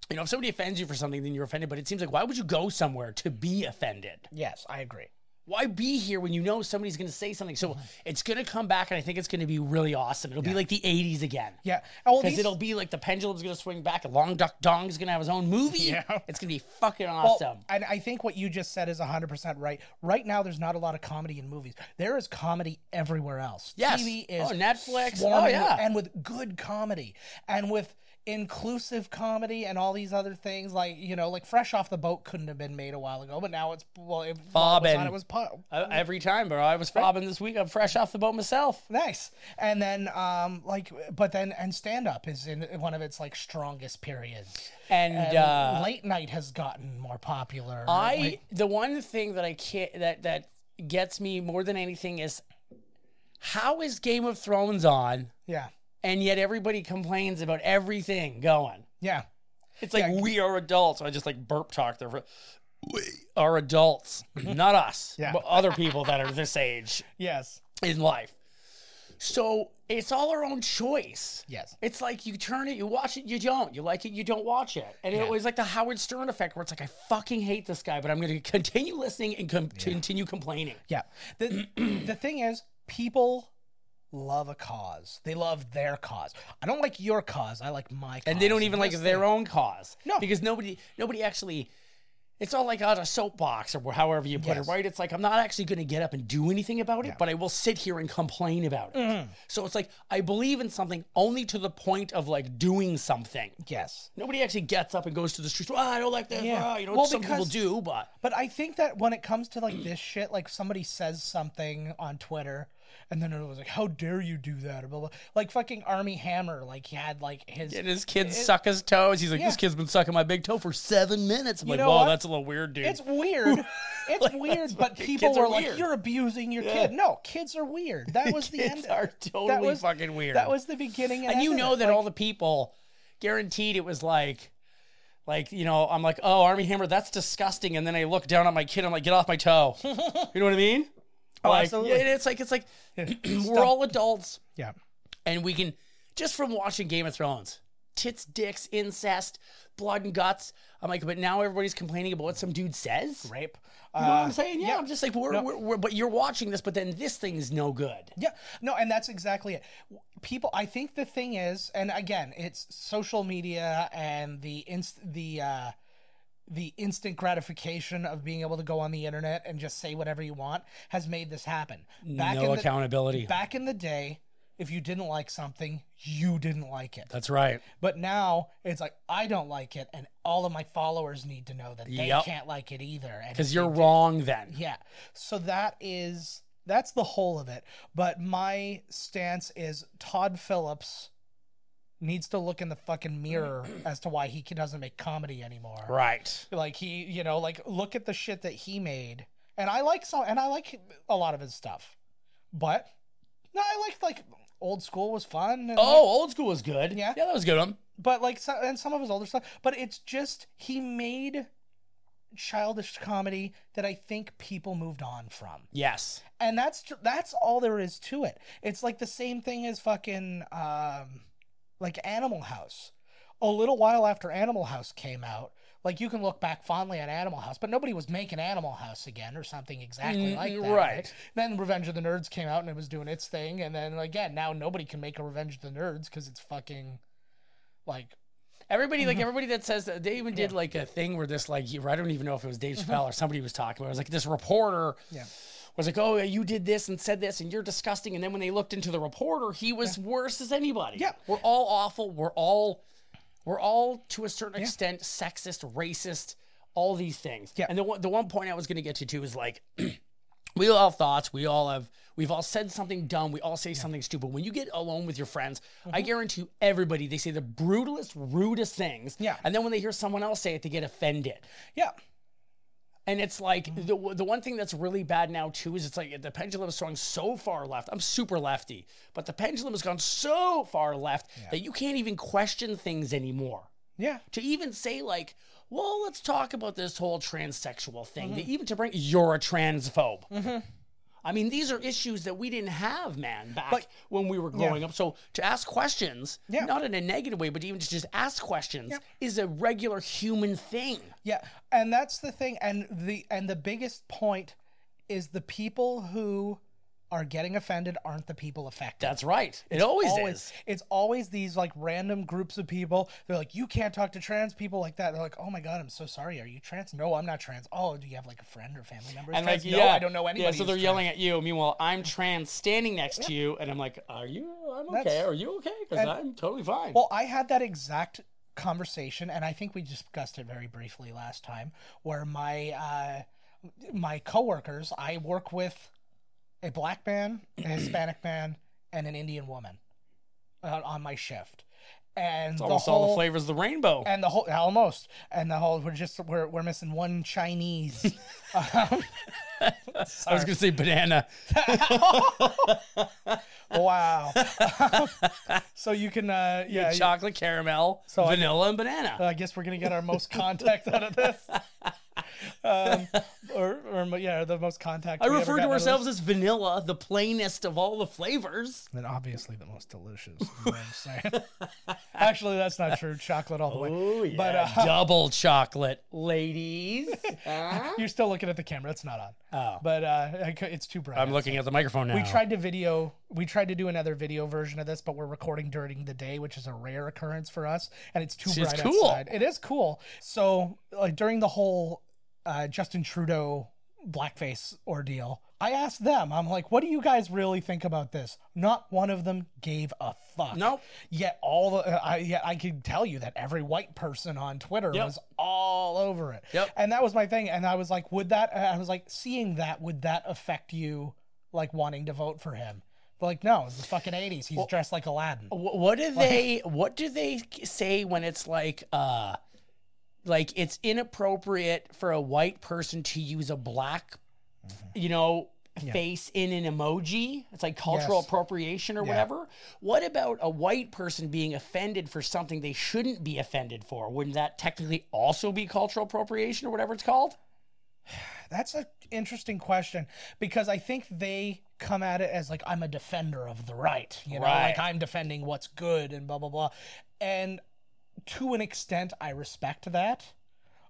Speaker 3: you know, if somebody offends you for something, then you're offended. But it seems like why would you go somewhere to be offended?
Speaker 2: Yes, I agree.
Speaker 3: Why be here when you know somebody's going to say something? So it's going to come back, and I think it's going to be really awesome. It'll be like the '80s again.
Speaker 2: Yeah. Oh, well,
Speaker 3: Because
Speaker 2: these-
Speaker 3: it'll be like the pendulum's gonna swing back, and Long Duck Dong's gonna have his own movie.
Speaker 2: Yeah.
Speaker 3: It's gonna be fucking
Speaker 2: well,
Speaker 3: awesome.
Speaker 2: and I think what you just said is 100% right. Right now, there's not a lot of comedy in movies. There is comedy everywhere else.
Speaker 3: Yes.
Speaker 2: TV is
Speaker 3: Oh, Netflix.
Speaker 2: swarming
Speaker 3: Oh,
Speaker 2: with-
Speaker 3: yeah.
Speaker 2: and with good comedy and with inclusive comedy and all these other things. Like you know, like Fresh Off the Boat couldn't have been made a while ago, but now it's well, it, while it was
Speaker 3: Bobbin.
Speaker 2: on, it was po-
Speaker 3: Uh, Every time, bro. I was fobbing this week. I'm fresh off the boat myself.
Speaker 2: Nice. And then, um, like, but then, and stand up is in one of its like strongest periods.
Speaker 3: And,
Speaker 2: And
Speaker 3: uh,
Speaker 2: late night has gotten more popular.
Speaker 3: I the one thing that I can't that that gets me more than anything is how is Game of Thrones on
Speaker 2: yeah,
Speaker 3: and yet everybody complains about everything going.
Speaker 2: yeah.
Speaker 3: It's like we are adults. I just like burp talk there for are adults, not us,
Speaker 2: Yeah.
Speaker 3: but other people that are this age
Speaker 2: Yes.
Speaker 3: in life. So it's all our own choice.
Speaker 2: Yes.
Speaker 3: It's like you turn it, you watch it, you don't. You like it, you don't watch it. And it was like the Howard Stern effect where it's like, I fucking hate this guy, but I'm going to continue listening and com- continue complaining.
Speaker 2: Yeah. The the thing is, people love a cause. They love their cause. I don't like your cause. I like my cause.
Speaker 3: And they don't even like
Speaker 2: That's
Speaker 3: their own cause.
Speaker 2: No.
Speaker 3: Because nobody nobody actually it's all like on a soapbox or however you put
Speaker 2: Yes.
Speaker 3: it, right? It's like I'm not actually gonna get up and do anything about it, but I will sit here and complain about it. So it's like I believe in something only to the point of like doing something.
Speaker 2: the- Yes.
Speaker 3: Nobody actually gets up and goes to the streets. Oh, I don't like that.
Speaker 2: Yeah.
Speaker 3: Ah, you know,
Speaker 2: Well,
Speaker 3: some people
Speaker 2: because-
Speaker 3: do, but
Speaker 2: But I think that when it comes to like this shit, like somebody says something on Twitter, and then it was like, "How dare you do that?" or blah blah. Like fucking Army Hammer, like he had like his.
Speaker 3: and his kids suck his toes. He's like,
Speaker 2: Yeah.
Speaker 3: this kid's been sucking my big toe for seven minutes. I'm like,
Speaker 2: know
Speaker 3: whoa,
Speaker 2: what?
Speaker 3: that's a little weird, dude.
Speaker 2: It's weird. It's weird, but people
Speaker 3: kids are
Speaker 2: were like,
Speaker 3: weird.
Speaker 2: "You're abusing your kid." No, kids are weird. That was the end.
Speaker 3: Kids
Speaker 2: of
Speaker 3: are
Speaker 2: it.
Speaker 3: totally
Speaker 2: that was,
Speaker 3: fucking weird.
Speaker 2: That was the beginning. And,
Speaker 3: and you
Speaker 2: end of
Speaker 3: know
Speaker 2: it.
Speaker 3: that
Speaker 2: Like,
Speaker 3: all the people guaranteed it was like like you know i'm like oh army hammer that's disgusting and then i look down on my kid i'm like get off my toe you know what i mean like
Speaker 2: Oh, absolutely.
Speaker 3: yeah, it's like it's like we're all adults
Speaker 2: yeah,
Speaker 3: and we can just from watching game of thrones tits dicks incest blood and guts i'm like but now everybody's complaining about what some dude says
Speaker 2: rape.
Speaker 3: you know what
Speaker 2: Uh,
Speaker 3: i'm saying yeah, i'm just like we're, we're, we're but you're watching this but then this thing's no good
Speaker 2: Yeah, no, and that's exactly it. W- People, I think the thing is, and again, it's social media and the inst- the uh, the instant gratification of being able to go on the internet and just say whatever you want has made this happen. Back
Speaker 3: no
Speaker 2: in the,
Speaker 3: accountability
Speaker 2: Back in the day, if you didn't like something, you didn't like it.
Speaker 3: that's right
Speaker 2: But now it's like I don't like it, and all of my followers need to know that they
Speaker 3: Yep.
Speaker 2: can't like it either. And
Speaker 3: because you're wrong then
Speaker 2: yeah. So that is that's the whole of it. But my stance is Todd Phillips needs to look in the fucking mirror as to why he can- doesn't make comedy anymore.
Speaker 3: right
Speaker 2: Like he, you know, like look at the shit that he made. And I like some and I like a lot of his stuff. But no, I like like old school was fun. And
Speaker 3: Oh, old school was good.
Speaker 2: Yeah.
Speaker 3: yeah, that was a good one.
Speaker 2: but like so, and some of his older stuff but it's just he made childish comedy that i think people moved on from
Speaker 3: Yes,
Speaker 2: and that's tr- that's all there is to it it's like the same thing as fucking um like animal house a little while after animal house came out like you can look back fondly at Animal House, but nobody was making Animal House again or something exactly
Speaker 3: Mm,
Speaker 2: like that.
Speaker 3: right.
Speaker 2: Then Revenge of the Nerds came out and it was doing its thing, and then again now nobody can make a Revenge of the Nerds because it's fucking like
Speaker 3: everybody like everybody that says that they even did like a thing where this like you- I don't even know if it was Dave Chappelle or somebody was talking about. It was like this reporter
Speaker 2: Yeah.
Speaker 3: was like, "Oh, you did this and said this, and you're disgusting." And then when they looked into the reporter, he was worse as anybody.
Speaker 2: Yeah.
Speaker 3: we're all awful. We're all we're all to a certain extent sexist, racist, all these things.
Speaker 2: Yeah.
Speaker 3: And the one the one point I was going to get to too is like. we all have thoughts we all have we've all said something dumb we all say something stupid when you get alone with your friends i
Speaker 2: Mm-hmm.
Speaker 3: guarantee you everybody they say the brutalest rudest things
Speaker 2: Yeah.
Speaker 3: and then when they hear someone else say it they get offended
Speaker 2: Yeah.
Speaker 3: and it's like
Speaker 2: Mm-hmm.
Speaker 3: the, the one thing that's really bad now too is it's like the pendulum is swung so far left i'm super lefty but the pendulum has gone so far left that you can't even question things anymore
Speaker 2: Yeah.
Speaker 3: to even say like well let's talk about this whole transsexual
Speaker 2: Mm-hmm.
Speaker 3: thing to even to bring you're a transphobe i mean these are issues that we didn't have man back
Speaker 2: But-
Speaker 3: when we were growing up so to ask questions
Speaker 2: Yeah.
Speaker 3: not in a negative way but even to just ask questions is a regular human thing
Speaker 2: Yeah. And that's the thing and the and the biggest point is the people who are getting offended aren't the people affected.
Speaker 3: that's right it always, is
Speaker 2: it's always these like random groups of people. They're like, you can't talk to trans people like that. They're like, oh my god, I'm so sorry. Are you trans? No, I'm not trans. Oh, do you have like a friend or family member? who's
Speaker 3: and like
Speaker 2: trans? no,
Speaker 3: yeah
Speaker 2: I don't know anybody.
Speaker 3: yeah so
Speaker 2: who's
Speaker 3: they're
Speaker 2: trans."
Speaker 3: yelling at you meanwhile i'm trans standing next to you and i'm like are you i'm okay
Speaker 2: That's-
Speaker 3: are you okay because i'm totally fine
Speaker 2: Well, I had that exact conversation, and I think we discussed it very briefly last time, where my uh, my coworkers, I work with a black man, a Hispanic man, and an Indian woman uh, on my shift, and the
Speaker 3: almost all the
Speaker 2: whole
Speaker 3: flavors of the rainbow
Speaker 2: and the whole almost and the whole we're just we're we're missing one Chinese. um,
Speaker 3: i was gonna say banana
Speaker 2: wow. Um, so you can uh, yeah. you-
Speaker 3: chocolate caramel,
Speaker 2: Uh, I-
Speaker 3: vanilla, and banana.
Speaker 2: I guess we're gonna get our most contact out of this. um, or, or yeah, the most contact.
Speaker 3: I
Speaker 2: we ever
Speaker 3: refer
Speaker 2: got
Speaker 3: to
Speaker 2: out of this.
Speaker 3: ourselves as vanilla, the plainest of all the flavors.
Speaker 2: And obviously the most delicious. You know what I'm saying? Actually, that's not true. Chocolate all the way.
Speaker 3: Oh,
Speaker 2: But uh,
Speaker 3: Double chocolate, ladies.
Speaker 2: you're still looking at the camera. It's not on.
Speaker 3: Oh.
Speaker 2: But uh, I cou- it's too bright.
Speaker 3: I'm looking at the microphone now.
Speaker 2: We tried to video. We tried to do another video version of this, but we're recording during the day, which is a rare occurrence for us, and it's too
Speaker 3: See, it's
Speaker 2: bright
Speaker 3: cool.
Speaker 2: outside. It is cool. So, like during the whole uh, Justin Trudeau blackface ordeal, I asked them. I'm like, "What do you guys really think about this?" Not one of them gave a fuck.
Speaker 3: Nope.
Speaker 2: Yet all the uh, I yeah I can tell you that every white person on Twitter
Speaker 3: Yep.
Speaker 2: was all over it.
Speaker 3: Yep.
Speaker 2: And that was my thing. And I was like, would that? I was like, seeing that would that affect you like wanting to vote for him? But like, no, it's the fucking eighties. He's dressed like Aladdin.
Speaker 3: Wh- what do they what do they say when it's like uh like it's inappropriate for a white person to use a black you know face in an emoji it's like cultural
Speaker 2: Yes.
Speaker 3: appropriation or whatever what about a white person being offended for something they shouldn't be offended for wouldn't that technically also be cultural appropriation or whatever it's called
Speaker 2: That's an interesting question because I think they come at it as like I'm a defender of the right, you know, like
Speaker 3: Right.
Speaker 2: I'm defending what's good and blah blah blah. And to an extent, I respect that,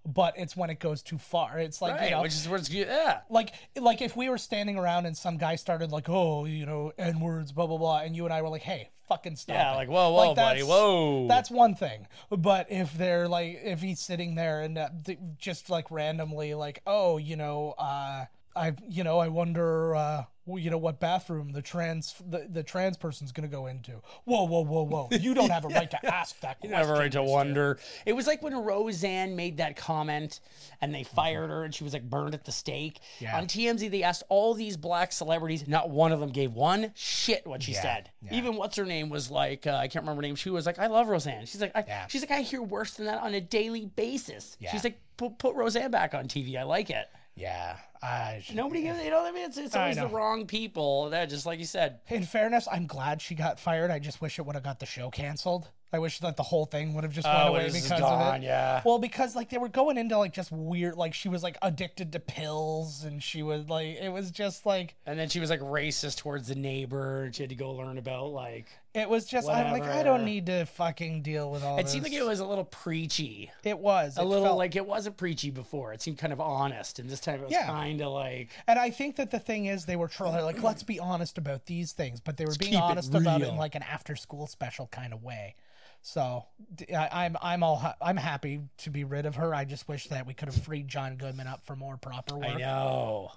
Speaker 2: but it's when it goes too far. It's like you know,
Speaker 3: which is where it's yeah
Speaker 2: like like if we were standing around and some guy started like oh you know n words blah blah blah and you and I were like hey fucking stop
Speaker 3: Yeah,
Speaker 2: it.
Speaker 3: like, whoa, whoa, buddy,
Speaker 2: that's-
Speaker 3: whoa.
Speaker 2: that's one thing but if they're like if he's sitting there and uh, th- just like randomly like oh you know uh I you know I wonder uh well, you know what bathroom the trans the, the trans person's gonna go into whoa whoa whoa whoa you don't have a right to ask that question
Speaker 3: Never right to wonder. It was like when Roseanne made that comment and they fired her and she was like burned at the stake.
Speaker 2: Yeah.
Speaker 3: On TMZ, they asked all these black celebrities. Not one of them gave one shit what she said. Even what's her name was like, uh, I can't remember her name. She was like, I love Roseanne. She's like, I,
Speaker 2: Yeah.
Speaker 3: she's like, I hear worse than that on a daily basis.
Speaker 2: Yeah.
Speaker 3: She's like, put, put Roseanne back on TV. I like it.
Speaker 2: yeah I
Speaker 3: Nobody gives, you know what I mean? It's, it's
Speaker 2: I
Speaker 3: always the
Speaker 2: know.
Speaker 3: wrong people. That just like you said.
Speaker 2: In fairness, I'm glad she got fired. I just wish it would have got the show canceled. I wish that the whole thing would have just
Speaker 3: Oh,
Speaker 2: went
Speaker 3: it
Speaker 2: away
Speaker 3: was
Speaker 2: because
Speaker 3: gone,
Speaker 2: of it.
Speaker 3: yeah.
Speaker 2: Well, because like they were going into like just weird, like she was like addicted to pills, and she was like it was just like
Speaker 3: And then she was like racist towards the neighbor and she had to go learn about like
Speaker 2: it was just I'm like I
Speaker 3: Whatever.
Speaker 2: don't need to fucking deal with all.
Speaker 3: It seemed like
Speaker 2: this.
Speaker 3: it was a little preachy.
Speaker 2: It was
Speaker 3: A little
Speaker 2: felt-
Speaker 3: like it wasn't preachy before. It seemed kind of honest, and this time it was
Speaker 2: Yeah.
Speaker 3: kind of like
Speaker 2: And I think that the thing is, they were trying like, let's be honest about these things, but they were being
Speaker 3: keep it
Speaker 2: honest about it in
Speaker 3: real.
Speaker 2: like an after-school special kind of way. So d- I, am I'm all ha- I'm happy to be rid of her. I just wish that we could have freed John Goodman up for more proper
Speaker 3: I
Speaker 2: work.
Speaker 3: know.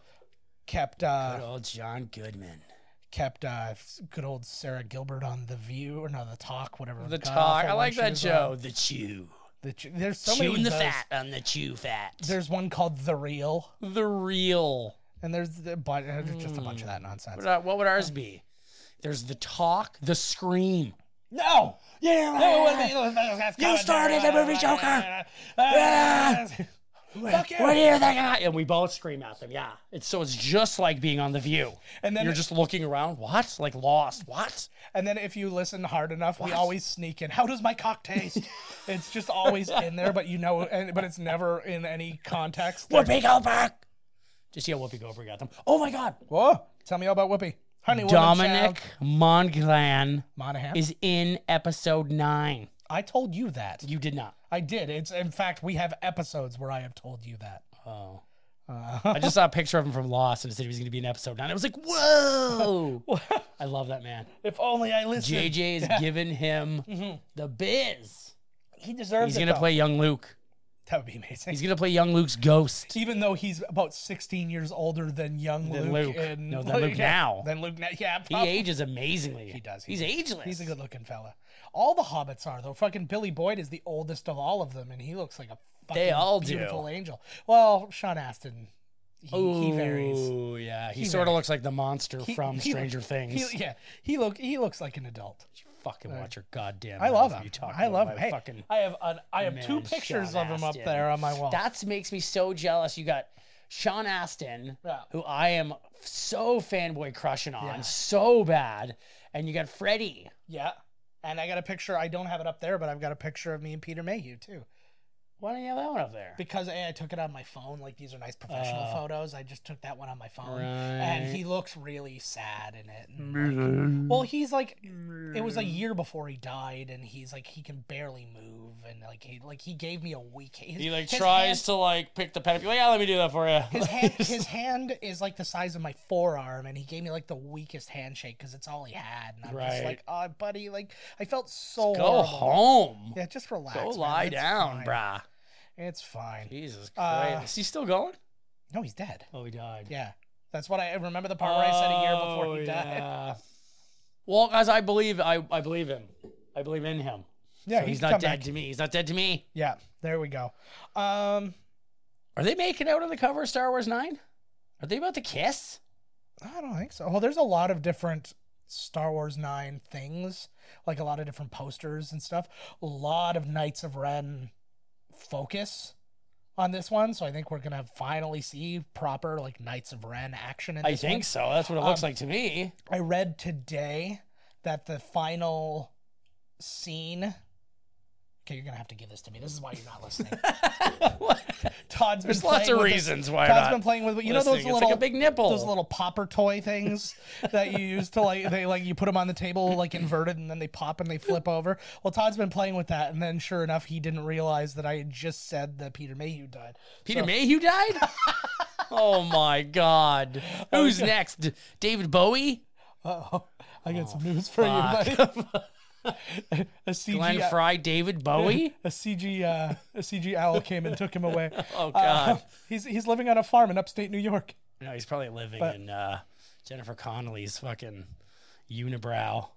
Speaker 2: Kept
Speaker 3: Good
Speaker 2: uh,
Speaker 3: old John Goodman.
Speaker 2: kept uh, good old Sarah Gilbert on the View or no the Talk whatever
Speaker 3: The
Speaker 2: god
Speaker 3: talk.
Speaker 2: awful
Speaker 3: I
Speaker 2: one
Speaker 3: like
Speaker 2: she
Speaker 3: that
Speaker 2: was
Speaker 3: show.
Speaker 2: on.
Speaker 3: The chew.
Speaker 2: The ch- there's so many
Speaker 3: Chewing
Speaker 2: of
Speaker 3: the
Speaker 2: those.
Speaker 3: fat on the chew fat.
Speaker 2: There's one called The Real,
Speaker 3: the real.
Speaker 2: and there's the, but uh, there's just a bunch of that nonsense.
Speaker 3: What, uh, what would ours be? There's the talk, the scream.
Speaker 2: No.
Speaker 3: Yeah.
Speaker 2: You
Speaker 3: started the movie Joker.
Speaker 2: Uh, Fuck
Speaker 3: What do
Speaker 2: you.
Speaker 3: you think? I-" And we both scream at them. Yeah. It's, so it's just like being on the View,
Speaker 2: And then-
Speaker 3: you're just looking around. What? Like lost? What?
Speaker 2: And then if you listen hard enough, we always sneak in. How does my cock taste? it's just always in there, but you know, and, but it's never in any context.
Speaker 3: Whoopi Goldberg. Just yell Whoopi Goldberg at them. Oh my God.
Speaker 2: Whoa! Tell me all about Whoopi. Honey, woman,
Speaker 3: Dominic
Speaker 2: child.
Speaker 3: Monaghan
Speaker 2: Monaghan.
Speaker 3: is in episode nine.
Speaker 2: I told you that.
Speaker 3: You did not.
Speaker 2: I did. It's in fact we have episodes where I have told you that.
Speaker 3: Oh. I just saw a picture of him from Lost and it said he was going to be in episode nine. I was like, whoa. I love that man.
Speaker 2: If only I listened.
Speaker 3: JJ has given him the biz.
Speaker 2: he deserves Mm-hmm.
Speaker 3: He's
Speaker 2: it.
Speaker 3: going to
Speaker 2: though.
Speaker 3: play young Luke.
Speaker 2: That would be amazing.
Speaker 3: He's going to play young Luke's ghost.
Speaker 2: even though he's about 16 years older than young
Speaker 3: Than
Speaker 2: Luke.
Speaker 3: Luke.
Speaker 2: In,
Speaker 3: No, than Luke
Speaker 2: yeah,
Speaker 3: now.
Speaker 2: Than Luke now. Yeah,
Speaker 3: He
Speaker 2: probably.
Speaker 3: ages amazingly. He
Speaker 2: does.
Speaker 3: He's,
Speaker 2: He's-
Speaker 3: ageless.
Speaker 2: He's a good looking fella. All the hobbits are, though. Fucking Billy Boyd is the oldest of all of them, and he looks like a fucking
Speaker 3: They all do.
Speaker 2: beautiful angel. Well, Sean Astin, he, he varies.
Speaker 3: Ooh, yeah. He, sort of looks like the monster
Speaker 2: He-
Speaker 3: from
Speaker 2: he-
Speaker 3: Stranger
Speaker 2: he-
Speaker 3: Things.
Speaker 2: yeah, he look he looks like an adult.
Speaker 3: fucking watch your goddamn.
Speaker 2: I love
Speaker 3: mouth.
Speaker 2: him.
Speaker 3: You talk
Speaker 2: I
Speaker 3: about
Speaker 2: love
Speaker 3: my
Speaker 2: him. Hey,
Speaker 3: Fucking,
Speaker 2: I have an, I have two
Speaker 3: man,
Speaker 2: pictures
Speaker 3: Sean
Speaker 2: of him up
Speaker 3: Astin.
Speaker 2: there on my wall.
Speaker 3: That makes me so jealous. You got Sean Astin,
Speaker 2: Yeah.
Speaker 3: who I am so fanboy crushing on so bad, and you got Freddie.
Speaker 2: yeah, and I got a picture. I don't have it up there, but I've got a picture of me and Peter Mayhew too.
Speaker 3: Why don't you have that one up there?
Speaker 2: because A, I took it on my phone. Like these are nice professional
Speaker 3: Oh.
Speaker 2: photos. I just took that one on my phone,
Speaker 3: Right.
Speaker 2: and he looks really sad in it. and, like- well, he's like, it was a year before he died, and he's like, he can barely move, and like he like he gave me a week. His,
Speaker 3: he like
Speaker 2: his
Speaker 3: tries
Speaker 2: hand-
Speaker 3: to like pick the pen up. You're like, yeah, let me do that for you.
Speaker 2: his hand, his hand is like the size of my forearm, and he gave me like the weakest handshake because it's all he had. And I'm just
Speaker 3: Right.
Speaker 2: like, oh, buddy, like I felt so.
Speaker 3: Go
Speaker 2: horrible.
Speaker 3: home.
Speaker 2: Yeah, just relax.
Speaker 3: Go
Speaker 2: man.
Speaker 3: lie
Speaker 2: It's
Speaker 3: down,
Speaker 2: fine.
Speaker 3: brah.
Speaker 2: It's fine.
Speaker 3: Jesus
Speaker 2: Uh,
Speaker 3: Christ. Is he still going?
Speaker 2: No, he's dead.
Speaker 3: Oh, he died.
Speaker 2: Yeah, that's what I I remember. The part where I said a year before he died.
Speaker 3: died. Oh, Well, guys, I believe I, I believe him. I believe in him.
Speaker 2: Yeah,
Speaker 3: So
Speaker 2: he
Speaker 3: he's
Speaker 2: can
Speaker 3: not
Speaker 2: come
Speaker 3: dead
Speaker 2: back.
Speaker 3: to me. He's not dead to me.
Speaker 2: Yeah, there we go. Um,
Speaker 3: Are they making out on the cover of Star Wars Nine? Are they about to kiss?
Speaker 2: I don't think so. Well, there's a lot of different Star Wars Nine things, like a lot of different posters and stuff. A lot of Knights of Ren focus on this one, so I think we're gonna finally see proper like Knights of Ren action. In
Speaker 3: I
Speaker 2: this Um,
Speaker 3: think so. That's what it looks like to me.
Speaker 2: one. I read today that the final scene. Okay, you're gonna have to give this to me. This is why you're not listening. Todd's
Speaker 3: There's
Speaker 2: been
Speaker 3: lots
Speaker 2: playing
Speaker 3: of
Speaker 2: with this-
Speaker 3: reasons why
Speaker 2: Todd's
Speaker 3: not
Speaker 2: been playing with you know
Speaker 3: listening.
Speaker 2: those
Speaker 3: It's
Speaker 2: little
Speaker 3: like a big nipple.
Speaker 2: those little popper toy things that you use to like they like you put them on the table like inverted and then they pop and they flip over. Well, Todd's been playing with that, and then sure enough, he didn't realize that I had just said that Peter Mayhew died.
Speaker 3: Peter Mayhew died? oh my God. Who's next? D- David Bowie? Ah,
Speaker 2: Oh, I got some news for you, buddy. a CG,
Speaker 3: Glenn Fry, David Bowie?
Speaker 2: a CG, uh, a CG owl came and took him away.
Speaker 3: Oh God.
Speaker 2: Uh, he's he's living on a farm in upstate New York.
Speaker 3: no, he's probably living
Speaker 2: but-
Speaker 3: in uh, Jennifer Connelly's fucking unibrow.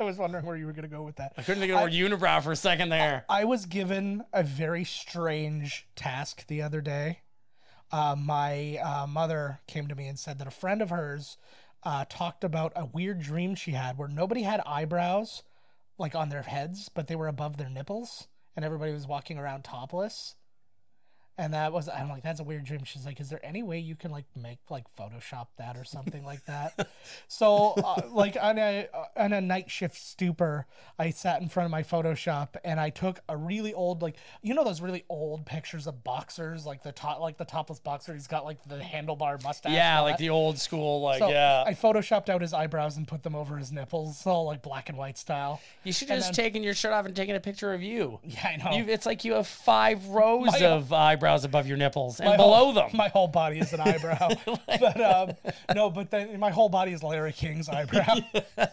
Speaker 2: I was wondering where you were gonna go with that.
Speaker 3: I couldn't think of the word unibrow for a second there.
Speaker 2: I was given a very strange task the other day. Uh, my uh, mother came to me and said that a friend of hers uh, talked about a weird dream she had where nobody had eyebrows like on their heads, but they were above their nipples, and everybody was walking around topless. And that was I'm like that's a weird dream. She's like, is there any way you can like make like Photoshop that or something like that? So uh, like on a on a night shift stupor, I sat in front of my Photoshop and I took a really old like you know those really old pictures of boxers like the top like the topless boxer. He's got like the handlebar mustache. and
Speaker 3: yeah,
Speaker 2: all
Speaker 3: like
Speaker 2: that.
Speaker 3: the old school, like,
Speaker 2: So
Speaker 3: yeah.
Speaker 2: I photoshopped out his eyebrows and put them over his nipples, all like black and white style.
Speaker 3: you should have just taken your shirt off and taken a picture of you.
Speaker 2: Yeah, I know.
Speaker 3: you it's like you have five rows
Speaker 2: My-
Speaker 3: of eyebrows above your nipples and
Speaker 2: My
Speaker 3: below
Speaker 2: whole-
Speaker 3: them.
Speaker 2: My whole body is an eyebrow. but um, no, but then my whole body is Larry King's eyebrow.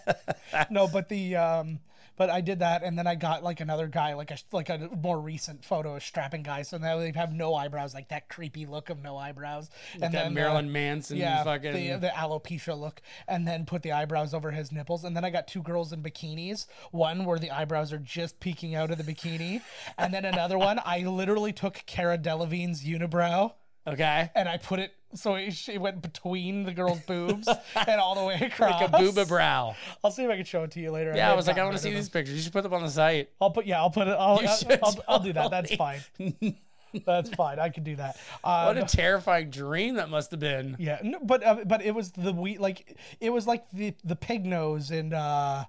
Speaker 2: no, but the um, but I did that, and then I got like another guy, like a like a more recent photo, a strapping guy. So now they have no eyebrows, like that creepy look of no eyebrows, and
Speaker 3: that
Speaker 2: then, uh,
Speaker 3: Marilyn Manson
Speaker 2: yeah, uh,
Speaker 3: fucking.
Speaker 2: the, the alopecia look, and then put the eyebrows over his nipples, and then I got two girls in bikinis. One where the eyebrows are just peeking out of the bikini, and then another one. I literally took Cara Delevingne's unibrow
Speaker 3: okay.
Speaker 2: and I put it so it, it went between the girl's boobs and all the way across.
Speaker 3: Like a booba brow.
Speaker 2: I'll see if I can show it to you later. may
Speaker 3: Yeah, I
Speaker 2: have
Speaker 3: was like, I
Speaker 2: gotten
Speaker 3: want
Speaker 2: rid
Speaker 3: to see
Speaker 2: of them.
Speaker 3: these pictures. You should put them on the site.
Speaker 2: I'll put yeah, I'll put it. I'll,
Speaker 3: You
Speaker 2: I'll,
Speaker 3: should
Speaker 2: I'll, I'll do that. That's fine.
Speaker 3: totally.
Speaker 2: That's fine. I can do that.
Speaker 3: What
Speaker 2: Um,
Speaker 3: a terrifying dream that must have been.
Speaker 2: yeah, no, but uh, but it was the we like it was like the the pig nose and uh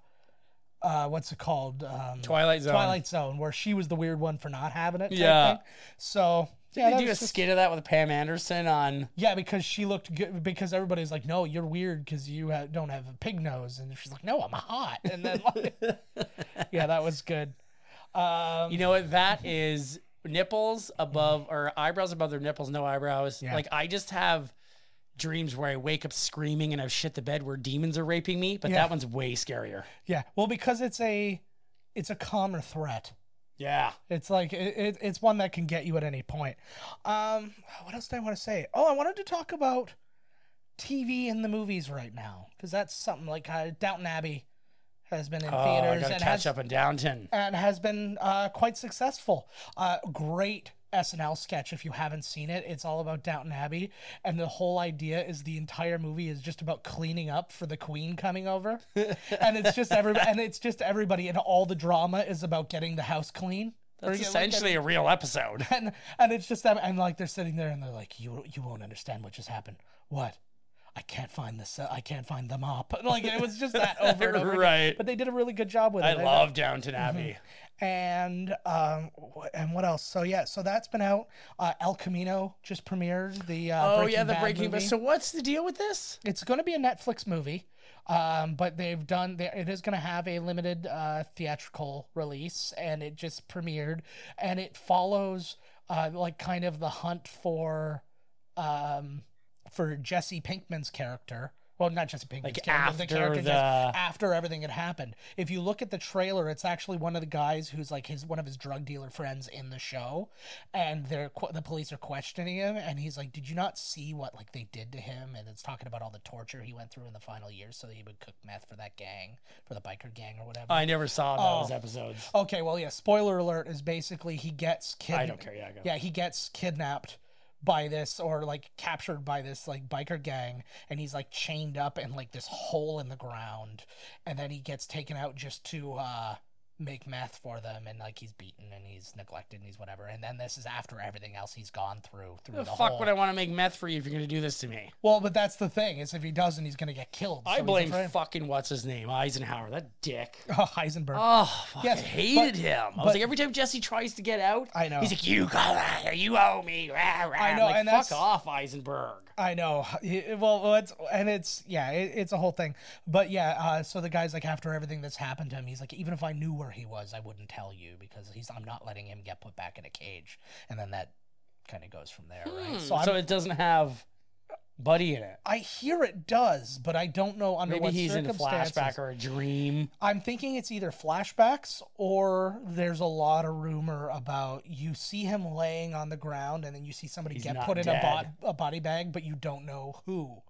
Speaker 2: uh what's it called um,
Speaker 3: Twilight Zone.
Speaker 2: Twilight Zone where she was the weird one for not having it. type
Speaker 3: Yeah.
Speaker 2: thing. So yeah,
Speaker 3: Did
Speaker 2: that
Speaker 3: they do a
Speaker 2: was just-
Speaker 3: skit of that with Pam Anderson on?
Speaker 2: Yeah, because she looked good. Because everybody's like, "No, you're weird because you ha- don't have a pig nose," and she's like, "No, I'm hot." And then, like, yeah, that was good. Um,
Speaker 3: You know what? That is nipples above or eyebrows above their nipples, no eyebrows.
Speaker 2: Yeah.
Speaker 3: Like I just have dreams where I wake up screaming and I've shit the bed where demons are raping me, but
Speaker 2: Yeah.
Speaker 3: that one's way scarier.
Speaker 2: yeah, well, because it's a, it's a common threat.
Speaker 3: Yeah.
Speaker 2: It's like it, it, it's one that can get you at any point. Um, what else did I want to say? Oh, I wanted to talk about TV and the movies right now because that's something like uh, Downton Abbey has been in
Speaker 3: Oh, I
Speaker 2: theaters
Speaker 3: gotta
Speaker 2: and
Speaker 3: catch
Speaker 2: has
Speaker 3: up in Downton.
Speaker 2: and has been uh, quite successful. Uh, great SNL sketch if you haven't seen it. It's all about Downton Abbey, and the whole idea is the entire movie is just about cleaning up for the Queen coming over, and it's just every and it's just everybody, and all the drama is about getting the house clean. Or
Speaker 3: That's
Speaker 2: get- like,
Speaker 3: essentially a real episode.
Speaker 2: and and it's just them and like they're sitting there and they're like you you won't understand what just happened what I can't find this. I can't find them up. Like it was just that over and over. again.
Speaker 3: Right.
Speaker 2: But they did a really good job with
Speaker 3: I
Speaker 2: it.
Speaker 3: love Downton Abbey.
Speaker 2: and um wh- and what else? So yeah, so that's been out. Uh, El Camino just premiered the uh,
Speaker 3: Oh
Speaker 2: Breaking
Speaker 3: yeah, the
Speaker 2: Bad
Speaker 3: Breaking Bad.
Speaker 2: movie.
Speaker 3: So what's the deal with this?
Speaker 2: it's going to be a Netflix movie, um, but they've done they, it is going to have a limited uh, theatrical release, and it just premiered, and it follows uh, like kind of the hunt for, um, for Jesse Pinkman's character. Well, not Jesse Pinkman's
Speaker 3: Like
Speaker 2: character, the
Speaker 3: after
Speaker 2: character
Speaker 3: the-
Speaker 2: Jesse- after everything had happened. If you look at the trailer, it's actually one of the guys who's like his one of his drug dealer friends in the show, and they're que- the police are questioning him, and he's like, "Did you not see what like they did to him?" And it's talking about all the torture he went through in the final years, so that he would cook meth for that gang, for the biker gang or whatever.
Speaker 3: I never saw
Speaker 2: Oh.
Speaker 3: those episodes.
Speaker 2: okay, well, yeah. Spoiler alert is basically he gets kidnapped.
Speaker 3: I don't care. Yeah, I go.
Speaker 2: Yeah, he gets kidnapped by this or like captured by this like biker gang and he's like chained up in like this hole in the ground and then he gets taken out just to uh make meth for them and like he's beaten and he's neglected and he's whatever and then this is after everything else he's gone through through
Speaker 3: The
Speaker 2: the,
Speaker 3: fuck
Speaker 2: whole
Speaker 3: would I want to make meth for you if you're gonna do this to me?
Speaker 2: well but that's the thing is if he doesn't he's gonna get killed So
Speaker 3: I
Speaker 2: he's
Speaker 3: blame
Speaker 2: afraid-
Speaker 3: fucking what's his name Eisenhower. That dick.
Speaker 2: oh, Heisenberg
Speaker 3: Oh, fuck,
Speaker 2: Yes,
Speaker 3: I hated
Speaker 2: but-
Speaker 3: him. I
Speaker 2: but-
Speaker 3: was like, every time Jesse tries to get out,
Speaker 2: I know.
Speaker 3: He's like, you got out here. You owe me. Rah, rah.
Speaker 2: I
Speaker 3: I'm
Speaker 2: know,
Speaker 3: like,
Speaker 2: and
Speaker 3: fuck
Speaker 2: that's-
Speaker 3: off, Eisenberg.
Speaker 2: I know. It- Well, well, it's and it's yeah, it, it's a whole thing. But yeah, uh, so the guy's like, after everything that's happened to him, he's like, even if I knew where he was, I wouldn't tell you because he's I'm not letting him get put back in a cage. And then that kind of goes from there, right? So,
Speaker 3: Hmm. So,
Speaker 2: I'm,
Speaker 3: it doesn't have Buddy in it.
Speaker 2: I hear it does, but I don't know under
Speaker 3: Maybe
Speaker 2: what
Speaker 3: he's in a
Speaker 2: circumstances.
Speaker 3: flashback or a dream.
Speaker 2: I'm thinking it's either flashbacks or there's a lot of rumor about you see him laying on the ground and then you see somebody
Speaker 3: He's
Speaker 2: get
Speaker 3: not
Speaker 2: put in a, bod-
Speaker 3: dead.
Speaker 2: a body bag, but you don't know who.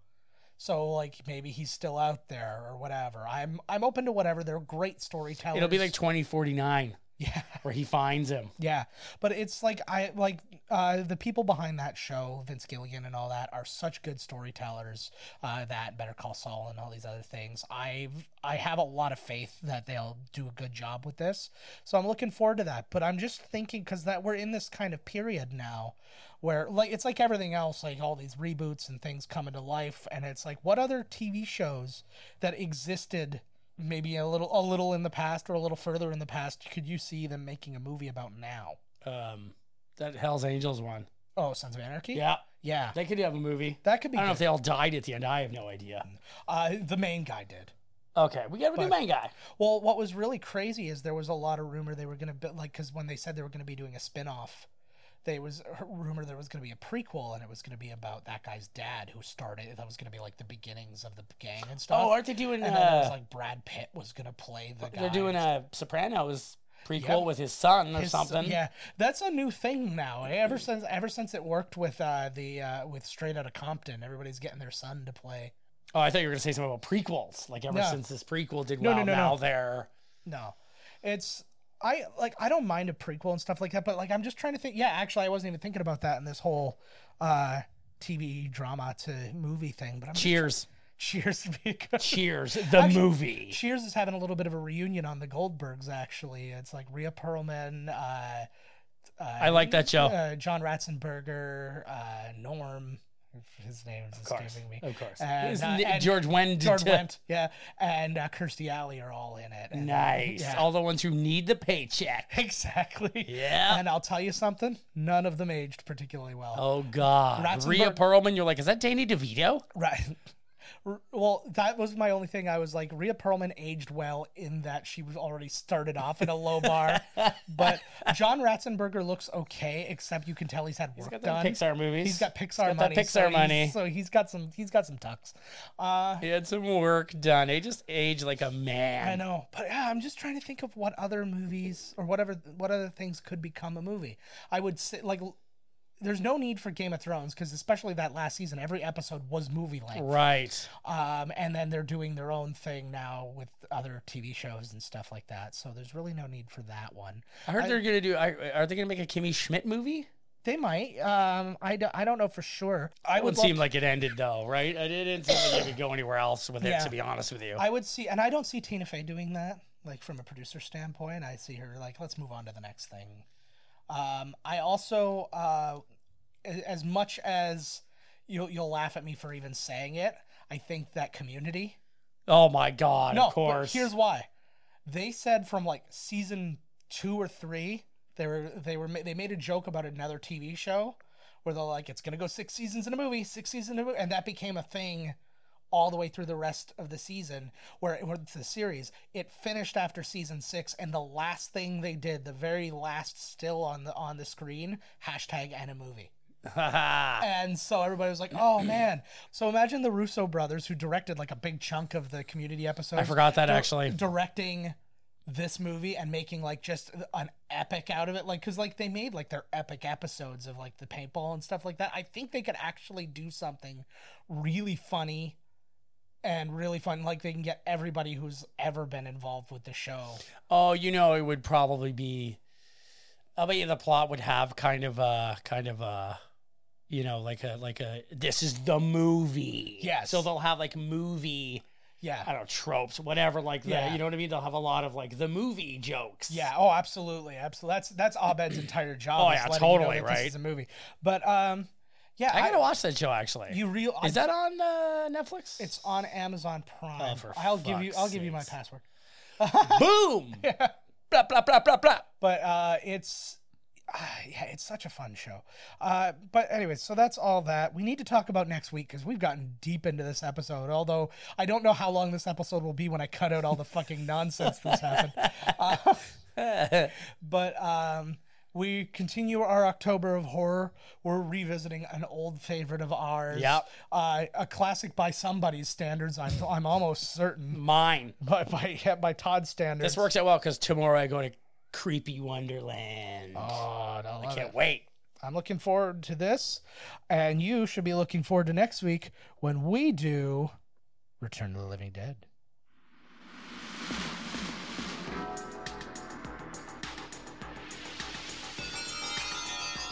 Speaker 2: So like maybe he's still out there or whatever. I'm I'm open to whatever. They're great storytellers.
Speaker 3: It'll be like 2049
Speaker 2: yeah.
Speaker 3: where he finds him.
Speaker 2: Yeah, but it's like I like uh, the people behind that show, Vince Gilligan and all that, are such good storytellers. Uh, that Better Call Saul and all these other things. I I have a lot of faith that they'll do a good job with this. So I'm looking forward to that. But I'm just thinking because that we're in this kind of period now, where like it's like everything else, like all these reboots and things coming to life, and it's like what other TV shows that existed maybe a little a little in the past or a little further in the past could you see them making a movie about now
Speaker 3: Um, that Hell's Angels one.
Speaker 2: oh sons of anarchy
Speaker 3: Yeah,
Speaker 2: yeah
Speaker 3: they could have a movie.
Speaker 2: that could be
Speaker 3: I don't know if
Speaker 2: good.
Speaker 3: they all died at the end. I have no idea.
Speaker 2: uh, the main guy did
Speaker 3: Okay, we got a new
Speaker 2: But-
Speaker 3: main guy.
Speaker 2: well what was really crazy is there was a lot of rumor they were going to be like because when they said they were going to be doing a spin-off there was a rumor there was going to be a prequel and it was going to be about that guy's dad who started that was going to be like the beginnings of the gang and stuff
Speaker 3: Oh, aren't they doing?
Speaker 2: and then it was
Speaker 3: Uh,
Speaker 2: like brad pitt was going to play the guy
Speaker 3: they're doing a Sopranos prequel
Speaker 2: Yep.
Speaker 3: with his son or
Speaker 2: His-
Speaker 3: something.
Speaker 2: Yeah, that's a new thing now. Ever since ever since it worked with uh, the uh, with Straight Outta Compton, everybody's getting their son to play.
Speaker 3: Oh, I thought you were gonna say something about prequels. Like ever
Speaker 2: No.
Speaker 3: since this prequel did
Speaker 2: No,
Speaker 3: well,
Speaker 2: no, no,
Speaker 3: now
Speaker 2: no.
Speaker 3: they're
Speaker 2: No, it's I like I don't mind a prequel and stuff like that, but like I'm just trying to think. Yeah, actually, I wasn't even thinking about that in this whole uh, TV drama to movie thing. But I'm
Speaker 3: Cheers,
Speaker 2: cheers because
Speaker 3: Cheers, the
Speaker 2: Actually-
Speaker 3: movie.
Speaker 2: Cheers is having a little bit of a reunion on the Goldbergs. Actually, it's like Rhea Perlman. Uh,
Speaker 3: I like that show.
Speaker 2: uh, John Ratzenberger, uh, Norm, if his name is
Speaker 3: of course,
Speaker 2: escaping me.
Speaker 3: of course.
Speaker 2: And,
Speaker 3: Isn't
Speaker 2: uh,
Speaker 3: it
Speaker 2: and
Speaker 3: George Wendt.
Speaker 2: George Wendt, yeah, and uh, Kirstie Alley are all in it. And-
Speaker 3: Nice.
Speaker 2: Yeah.
Speaker 3: All the ones who need the paycheck.
Speaker 2: exactly.
Speaker 3: Yeah.
Speaker 2: And I'll tell you something: none of them aged particularly well.
Speaker 3: Oh God,
Speaker 2: Ratzenberg-
Speaker 3: Rhea Perlman. You're like, is that Danny DeVito?
Speaker 2: Right. R- Well, that was my only thing. I was like, Rhea Perlman aged well in that she was already started off in a low bar, but John Ratzenberger looks okay, except you can tell he's had work
Speaker 3: He's got
Speaker 2: done.
Speaker 3: them Pixar movies.
Speaker 2: He's got Pixar
Speaker 3: that
Speaker 2: money. so
Speaker 3: Pixar
Speaker 2: he's-
Speaker 3: money.
Speaker 2: so he's got some. He's got some tucks. Uh,
Speaker 3: He had some work done. They just age like a man.
Speaker 2: I know, but yeah, I'm just trying to think of what other movies or whatever what other things could become a movie. I would say like, l- there's no need for Game of Thrones because especially that last season, every episode was movie length.
Speaker 3: Right.
Speaker 2: Um, and then they're doing their own thing now with other TV shows and stuff like that. So there's really no need for that one.
Speaker 3: I heard
Speaker 2: I-
Speaker 3: they're gonna do. I- Are they gonna make a Kimmy Schmidt movie?
Speaker 2: They might. Um, I don't, I don't know for sure. I
Speaker 3: It would
Speaker 2: love
Speaker 3: seem like it ended though, right? It didn't seem like you could go anywhere else with it.
Speaker 2: Yeah.
Speaker 3: To be honest with you,
Speaker 2: I would see, and I don't see Tina Fey doing that. Like from a producer standpoint, I see her like, let's move on to the next thing. Um, I also, uh, a- as much as you'll you'll laugh at me for even saying it, I think that community.
Speaker 3: Oh my god!
Speaker 2: No,
Speaker 3: of course.
Speaker 2: But here's why. They said from like season two or three, they were they were ma- they made a joke about another TV show where they're like, it's gonna go six seasons in a movie, six seasons in a movie, and that became a thing all the way through the rest of the season where it was the series it finished after season six and the last thing they did the very last still on the on the screen hashtag and a movie and so everybody was like, "Oh man!" So imagine the Russo brothers, who directed like a big chunk of the Community episode.
Speaker 3: I forgot that actually.
Speaker 2: directing this movie and making like just an epic out of it, like because like they made like their epic episodes of like the paintball and stuff like that. I think they could actually do something really funny and really fun. Like they can get everybody who's ever been involved with the show.
Speaker 3: Oh, you know, it would probably be. I bet you the plot would have kind of a kind of a, you know, like a like a this is the movie.
Speaker 2: Yes.
Speaker 3: So they'll have like movie,
Speaker 2: Yeah.
Speaker 3: I don't know, tropes, whatever, like that.
Speaker 2: Yeah.
Speaker 3: You know what I mean? They'll have a lot of like the movie jokes.
Speaker 2: Yeah. Oh, absolutely. Absolutely. That's that's Abed's entire job.
Speaker 3: Oh,
Speaker 2: is
Speaker 3: yeah,
Speaker 2: letting you know
Speaker 3: totally,
Speaker 2: that This
Speaker 3: right?
Speaker 2: is a movie, but um, yeah.
Speaker 3: I gotta watch that show actually.
Speaker 2: You real?
Speaker 3: is that on uh, Netflix?
Speaker 2: It's on Amazon Prime.
Speaker 3: Oh, for
Speaker 2: I'll give you.
Speaker 3: fuck's
Speaker 2: I'll give you my
Speaker 3: sakes.
Speaker 2: password.
Speaker 3: boom. Blah blah blah blah blah.
Speaker 2: But uh, it's. Uh, yeah, it's such a fun show. Uh, but anyway, so that's all that we need to talk about next week because we've gotten deep into this episode. Although I don't know how long this episode will be when I cut out all the fucking nonsense that's happened. Uh, but um, we continue our October of horror. We're revisiting an old favorite of ours.
Speaker 3: Yep.
Speaker 2: Uh, a classic by somebody's standards. I'm I'm almost certain,
Speaker 3: Mine.
Speaker 2: but by yeah, by Todd's standards.
Speaker 3: This works out well because tomorrow I go to Creepy Wonderland.
Speaker 2: God, Oh, I
Speaker 3: I
Speaker 2: love
Speaker 3: can't
Speaker 2: it.
Speaker 3: wait.
Speaker 2: I'm looking forward to this, and you should be looking forward to next week when we do Return to the Living Dead.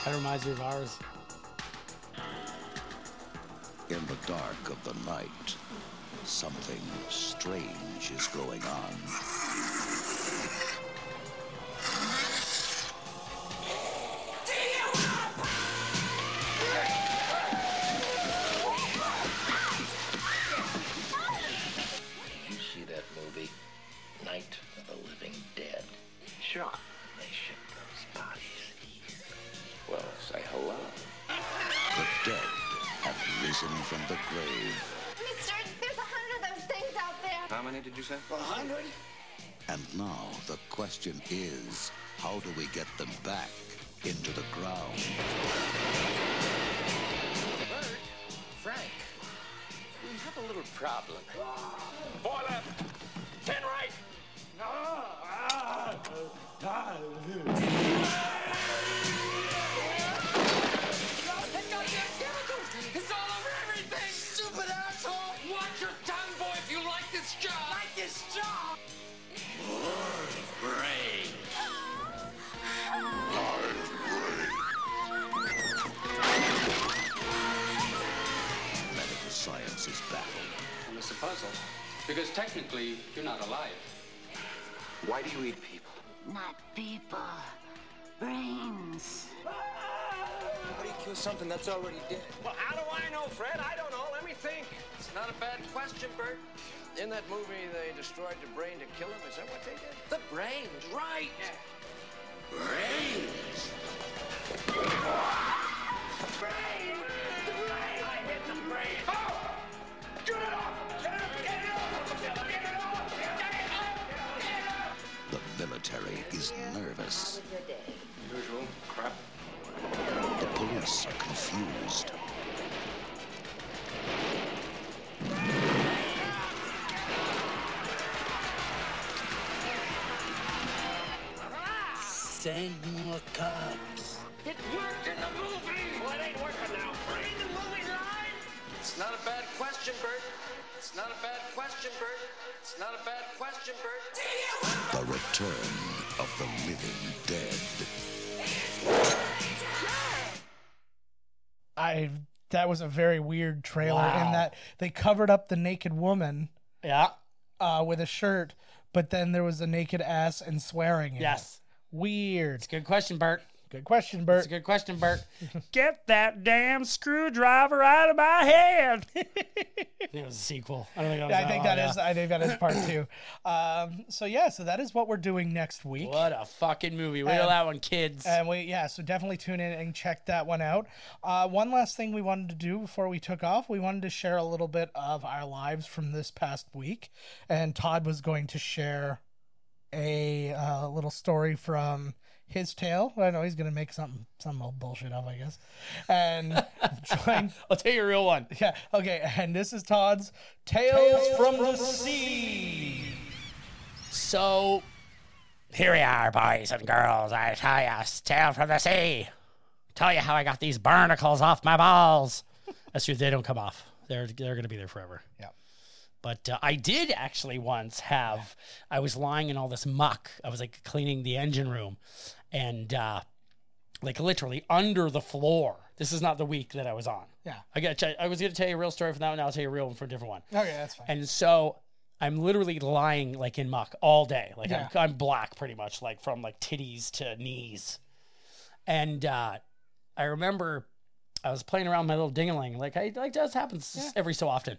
Speaker 3: That reminds me of ours.
Speaker 4: In the dark of the night, something strange is going on.
Speaker 5: You see that movie, Night of the Living Dead? Sure. They ship those bodies. Well, say hello.
Speaker 4: The dead have risen from the grave,
Speaker 6: Mister, there's a hundred of those things out there.
Speaker 7: How many did you say?
Speaker 4: and now the question is how do we get them back into the ground?
Speaker 5: Bert, Frank, we have a little problem.
Speaker 8: Four left. Ten right. It's all over everything. Stupid asshole. Watch your tongue, boy, if you like this job. Like this job. Brain.
Speaker 4: Medical science is baffled.
Speaker 9: And it's a puzzle. Because technically, you're not alive.
Speaker 7: Why do you eat people?
Speaker 10: Not people, brains.
Speaker 7: How do you kill something that's already dead?
Speaker 8: Well, how do I know, Fred? I don't know. Let me think.
Speaker 5: It's not a bad question, Bert.
Speaker 8: In that movie, they destroyed the brain to kill him. Is that what they did?
Speaker 5: The brains, right?
Speaker 8: Brains! Brain! The brain! I hit the brain! Oh! Get it off! Get it off! Get it off! Get it off! Get it off! Get it off! Get it off!
Speaker 4: The military is nervous.
Speaker 9: Usual crap.
Speaker 4: The police are confused.
Speaker 5: Send more cops.
Speaker 8: It worked in the movie! Well, it ain't working now. Brain, the movie's live!
Speaker 5: It's not a bad question, Bert. It's not a bad question, Bert. It's not a bad question, Bert.
Speaker 4: The return of the living dead.
Speaker 2: I that was a very weird trailer
Speaker 3: Wow.
Speaker 2: in that they covered up the naked woman
Speaker 3: Yeah.
Speaker 2: uh, with a shirt, but then there was a naked ass and swearing. in it.
Speaker 3: Yes.
Speaker 2: Weird.
Speaker 3: Good question, Bert.
Speaker 2: Good question, Bert.
Speaker 3: That's a good question, Bert. Get that damn screwdriver out of my head. it was a sequel. I don't think that was
Speaker 2: I think
Speaker 3: that
Speaker 2: that is. I think that is part two. Um, so yeah, so that is what we're doing next week.
Speaker 3: What a fucking movie. Wait till
Speaker 2: Um,
Speaker 3: that one, kids.
Speaker 2: And we yeah, so definitely tune in and check that one out. Uh, one last thing we wanted to do before we took off, we wanted to share a little bit of our lives from this past week, and Todd was going to share a uh, little story from his tale. I know he's going to make something some old bullshit up, I guess, and join.
Speaker 3: I'll tell you a real one.
Speaker 2: Yeah, okay, and this is Todd's Tales, from, the Sea.
Speaker 3: So here we are, boys and girls. I tell you, it's tale from the sea. Tell you how I got these barnacles off my balls. That's true. They don't come off. They're they're gonna be there forever.
Speaker 2: Yeah.
Speaker 3: But uh, I did actually once have. I was lying in all this muck. I was like cleaning the engine room, and uh, like literally under the floor. This is not the week that I was on.
Speaker 2: Yeah.
Speaker 3: I got. I was gonna tell you a real story from that one. I'll tell you a real one for a different one.
Speaker 2: Okay, that's fine.
Speaker 3: And so I'm literally lying like in muck all day. Like
Speaker 2: Yeah.
Speaker 3: I'm, I'm black pretty much, like from like titties to knees. And uh, I remember I was playing around with my little dingaling, like I like that happens every so often.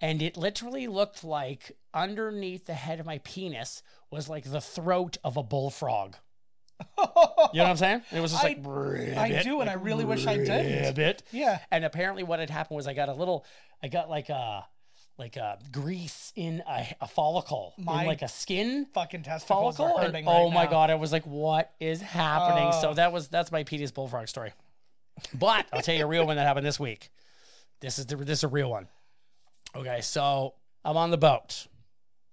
Speaker 3: And it literally looked like underneath the head of my penis was like the throat of a bullfrog. You know what I'm saying? And it was just
Speaker 2: Oh. I-
Speaker 3: like "Ribbit,"
Speaker 2: I do, and I really wish I didn't.
Speaker 3: ribbit.
Speaker 2: Yeah.
Speaker 3: And apparently, what had happened was I got a little, I got like a, like a grease in a, a follicle,
Speaker 2: My
Speaker 3: in like a skin
Speaker 2: Fucking testicles
Speaker 3: follicle.
Speaker 2: are
Speaker 3: and-
Speaker 2: hurting
Speaker 3: oh
Speaker 2: right
Speaker 3: my
Speaker 2: now.
Speaker 3: god! I was like, what is happening?
Speaker 2: Oh.
Speaker 3: so that was that's my Petey's bullfrog story. But I'll tell you a real one that happened this week. This is the, this is a real one. Okay, so I'm on the boat.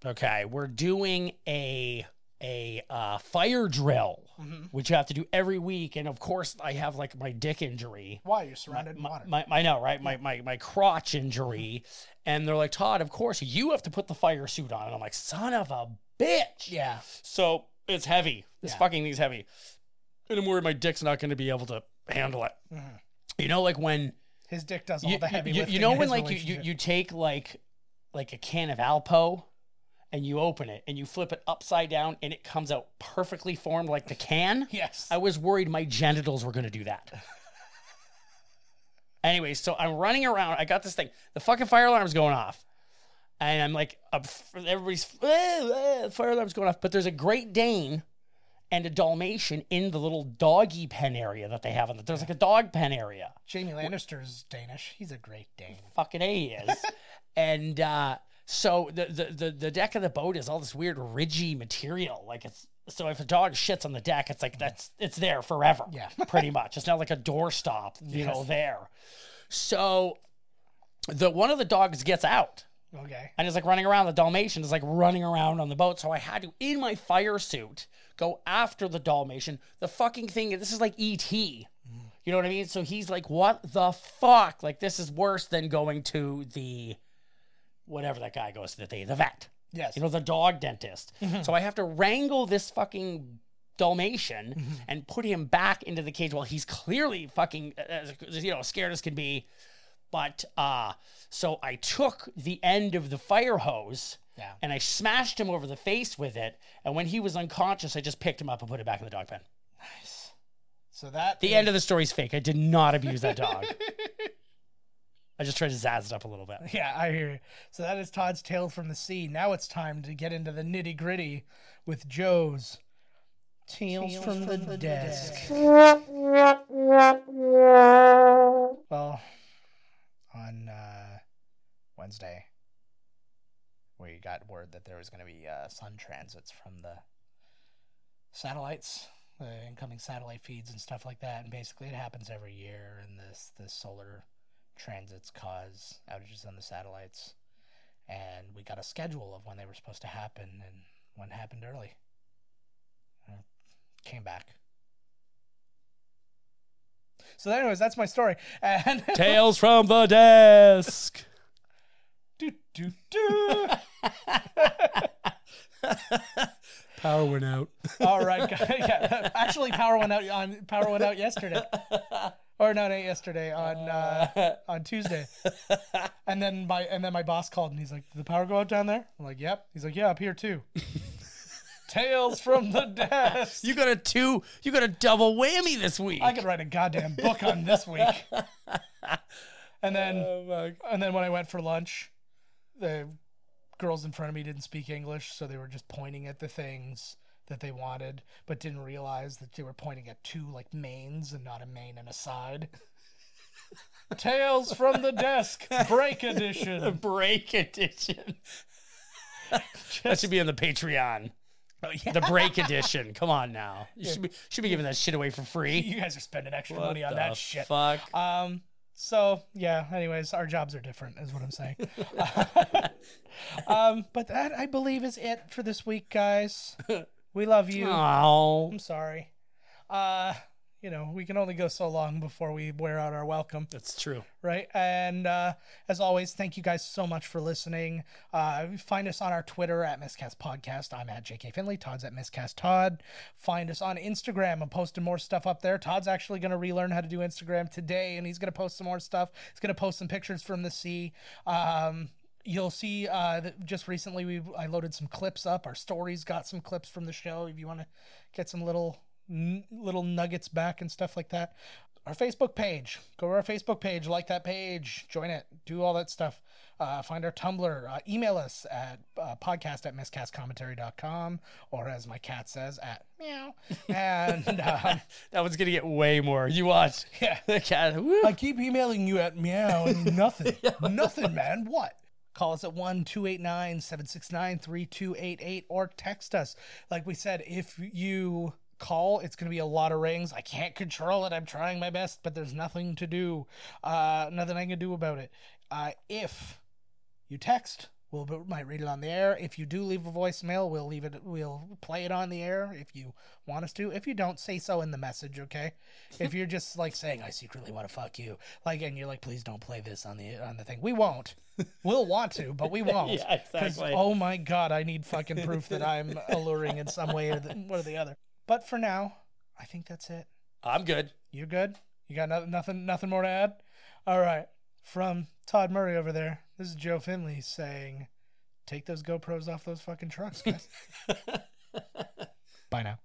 Speaker 3: Okay, we're doing a a uh, fire drill,
Speaker 2: Mm-hmm.
Speaker 3: which you have to do every week, and of course I have like my dick injury
Speaker 2: Why you're surrounded in
Speaker 3: my,
Speaker 2: water?
Speaker 3: my, I know, right? My, my my crotch injury, and they're like, Todd, of course you have to put the fire suit on, and I'm like, son of a bitch.
Speaker 2: yeah.
Speaker 3: So it's heavy. This
Speaker 2: Yeah.
Speaker 3: fucking thing's heavy, and I'm worried my dick's not going to be able to handle it.
Speaker 2: Mm-hmm.
Speaker 3: You know, like when
Speaker 2: His dick does all
Speaker 3: you,
Speaker 2: the heavy
Speaker 3: you- you
Speaker 2: lifting.
Speaker 3: know
Speaker 2: in
Speaker 3: when
Speaker 2: his
Speaker 3: like you, you
Speaker 2: relationship.
Speaker 3: you take like like a can of Alpo and you open it and you flip it upside down and it comes out perfectly formed like the can.
Speaker 2: Yes.
Speaker 3: I was worried my genitals were going to do that. anyway, so I'm running around. I got this thing. The fucking fire alarm's going off. And I'm like, I'm f- everybody's "Ah, ah," fire alarm's going off. But there's a Great Dane and a Dalmatian in the little doggy pen area that they have. In the, there's like a dog pen area
Speaker 2: Jamie Lannister's Danish. He's a great Dane.
Speaker 3: fucking A he is. and uh, so the, the the the deck of the boat is all this weird ridgy material. Like it's so if a dog shits on the deck, it's like that's it's there forever.
Speaker 2: Yeah.
Speaker 3: pretty much. It's not like a doorstop, you know, there. So the one of the dogs gets out
Speaker 2: Okay.
Speaker 3: and is like running around. The Dalmatian is like running around on the boat. So I had to, in my fire suit, go after the Dalmatian. The fucking thing, this is like ET. You know what I mean? So he's like, what the fuck? Like, this is worse than going to the whatever that guy goes to the, the vet,
Speaker 2: Yes.
Speaker 3: you know, the dog dentist. So I have to wrangle this fucking Dalmatian and put him back into the cage while he's clearly fucking, uh, uh, you know, scared as can be. But uh, so I took the end of the fire hose
Speaker 2: Yeah.
Speaker 3: and I smashed him over the face with it. And when he was unconscious, I just picked him up and put him back in the dog pen.
Speaker 2: so that
Speaker 3: The end of the story's fake. I did not abuse that dog. I just tried to zazz it up a little bit.
Speaker 2: Yeah, I hear you. So that is Todd's tale from the sea. Now it's time to get into the nitty gritty with Joe's tales, from, the, desk. well, on uh, Wednesday, we got word that there was going to be uh, sun transits from the satellites, the incoming satellite feeds and stuff like that. And basically, it happens every year. And this this solar transits cause outages on the satellites. And we got a schedule of when they were supposed to happen, and one happened early. And it Came back. So, anyways, that's my story. And
Speaker 3: Tales from the desk.
Speaker 2: do, do, do.
Speaker 3: Power went out.
Speaker 2: All right, guys. Yeah. Actually, power went out on power went out yesterday, or no, not yesterday on uh, on Tuesday. And then my and then my boss called and he's like, "Did the power go out down there?" I'm like, "Yep." He's like, "Yeah, up here too." Tales from the Desk.
Speaker 3: You got a two. You got a double whammy this week.
Speaker 2: I could write a goddamn book on this week. and then
Speaker 3: Oh,
Speaker 2: and then when I went for lunch, the girls in front of me didn't speak English, so they were just pointing at the things that they wanted, but didn't realize that they were pointing at two like mains and not a main and a side. Tales from the Desk Break Edition.
Speaker 3: break edition. that should be on the Patreon.
Speaker 2: Oh,
Speaker 3: The break edition. Come on now. You should be should be giving that shit away for free.
Speaker 2: You guys are spending extra money on
Speaker 3: What the
Speaker 2: that shit.
Speaker 3: Fuck.
Speaker 2: Um. So yeah. Anyways, our jobs are different, is what I'm saying. um. But that I believe is it for this week, guys. We love you.
Speaker 3: Oh,
Speaker 2: I'm sorry. Uh. You know, we can only go so long before we wear out our welcome
Speaker 3: that's true.
Speaker 2: right? And uh, as always, thank you guys so much for listening. Uh, find us on our Twitter at Miscast Podcast. I'm at JK Finley. Todd's at Miscast Todd. Find us on Instagram. I'm posting more stuff up there. Todd's actually going to relearn how to do Instagram today, and he's going to post some more stuff. He's going to post some pictures from the sea. Um, You'll see. Uh, that just recently, we I loaded some clips up. Our stories got some clips from the show. If you want to get some little n- little nuggets back and stuff like that, our Facebook page. Go to our Facebook page, like that page, join it, do all that stuff. Uh, find our Tumblr, uh, email us at uh, podcast at miscastcommentary.com or as my cat says, at meow. And um,
Speaker 3: That one's gonna get way more. You watch.
Speaker 2: Yeah.
Speaker 3: The cat. Woo.
Speaker 2: I keep emailing you at meow and nothing. nothing, man. What? Call us at 1 289 769 3288 or text us. Like we said, if you call, it's going to be a lot of rings. I can't control it. I'm trying my best, but there's nothing to do. Uh, nothing I can do about it. Uh, if you text we'll we might read it on the air if you do leave a voicemail we'll leave it we'll play it on the air if you want us to if you don't say so in the message okay if you're just like saying i secretly want to fuck you like and you're like please don't play this on the on the thing we won't we'll want to but we won't
Speaker 3: Yeah,
Speaker 2: 'Cause,
Speaker 3: exactly.
Speaker 2: oh my god i need fucking proof that i'm alluring in some way or the, one or the other but for now i think that's it
Speaker 3: I'm good.
Speaker 2: you're good you got nothing nothing nothing more to add all right from Todd Murray over there. This is Joe Finley saying, "Take those GoPros off those fucking trucks, guys." Bye now.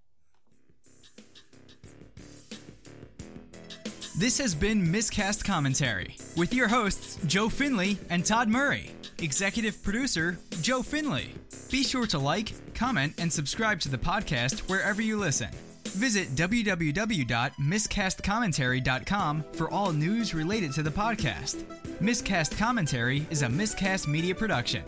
Speaker 10: This has been Miscast Commentary with your hosts, Joe Finley and Todd Murray. Executive producer, Joe Finley. Be sure to like, comment, and subscribe to the podcast wherever you listen. Visit www.miscastcommentary.com for all news related to the podcast. Miscast Commentary is a miscast media production.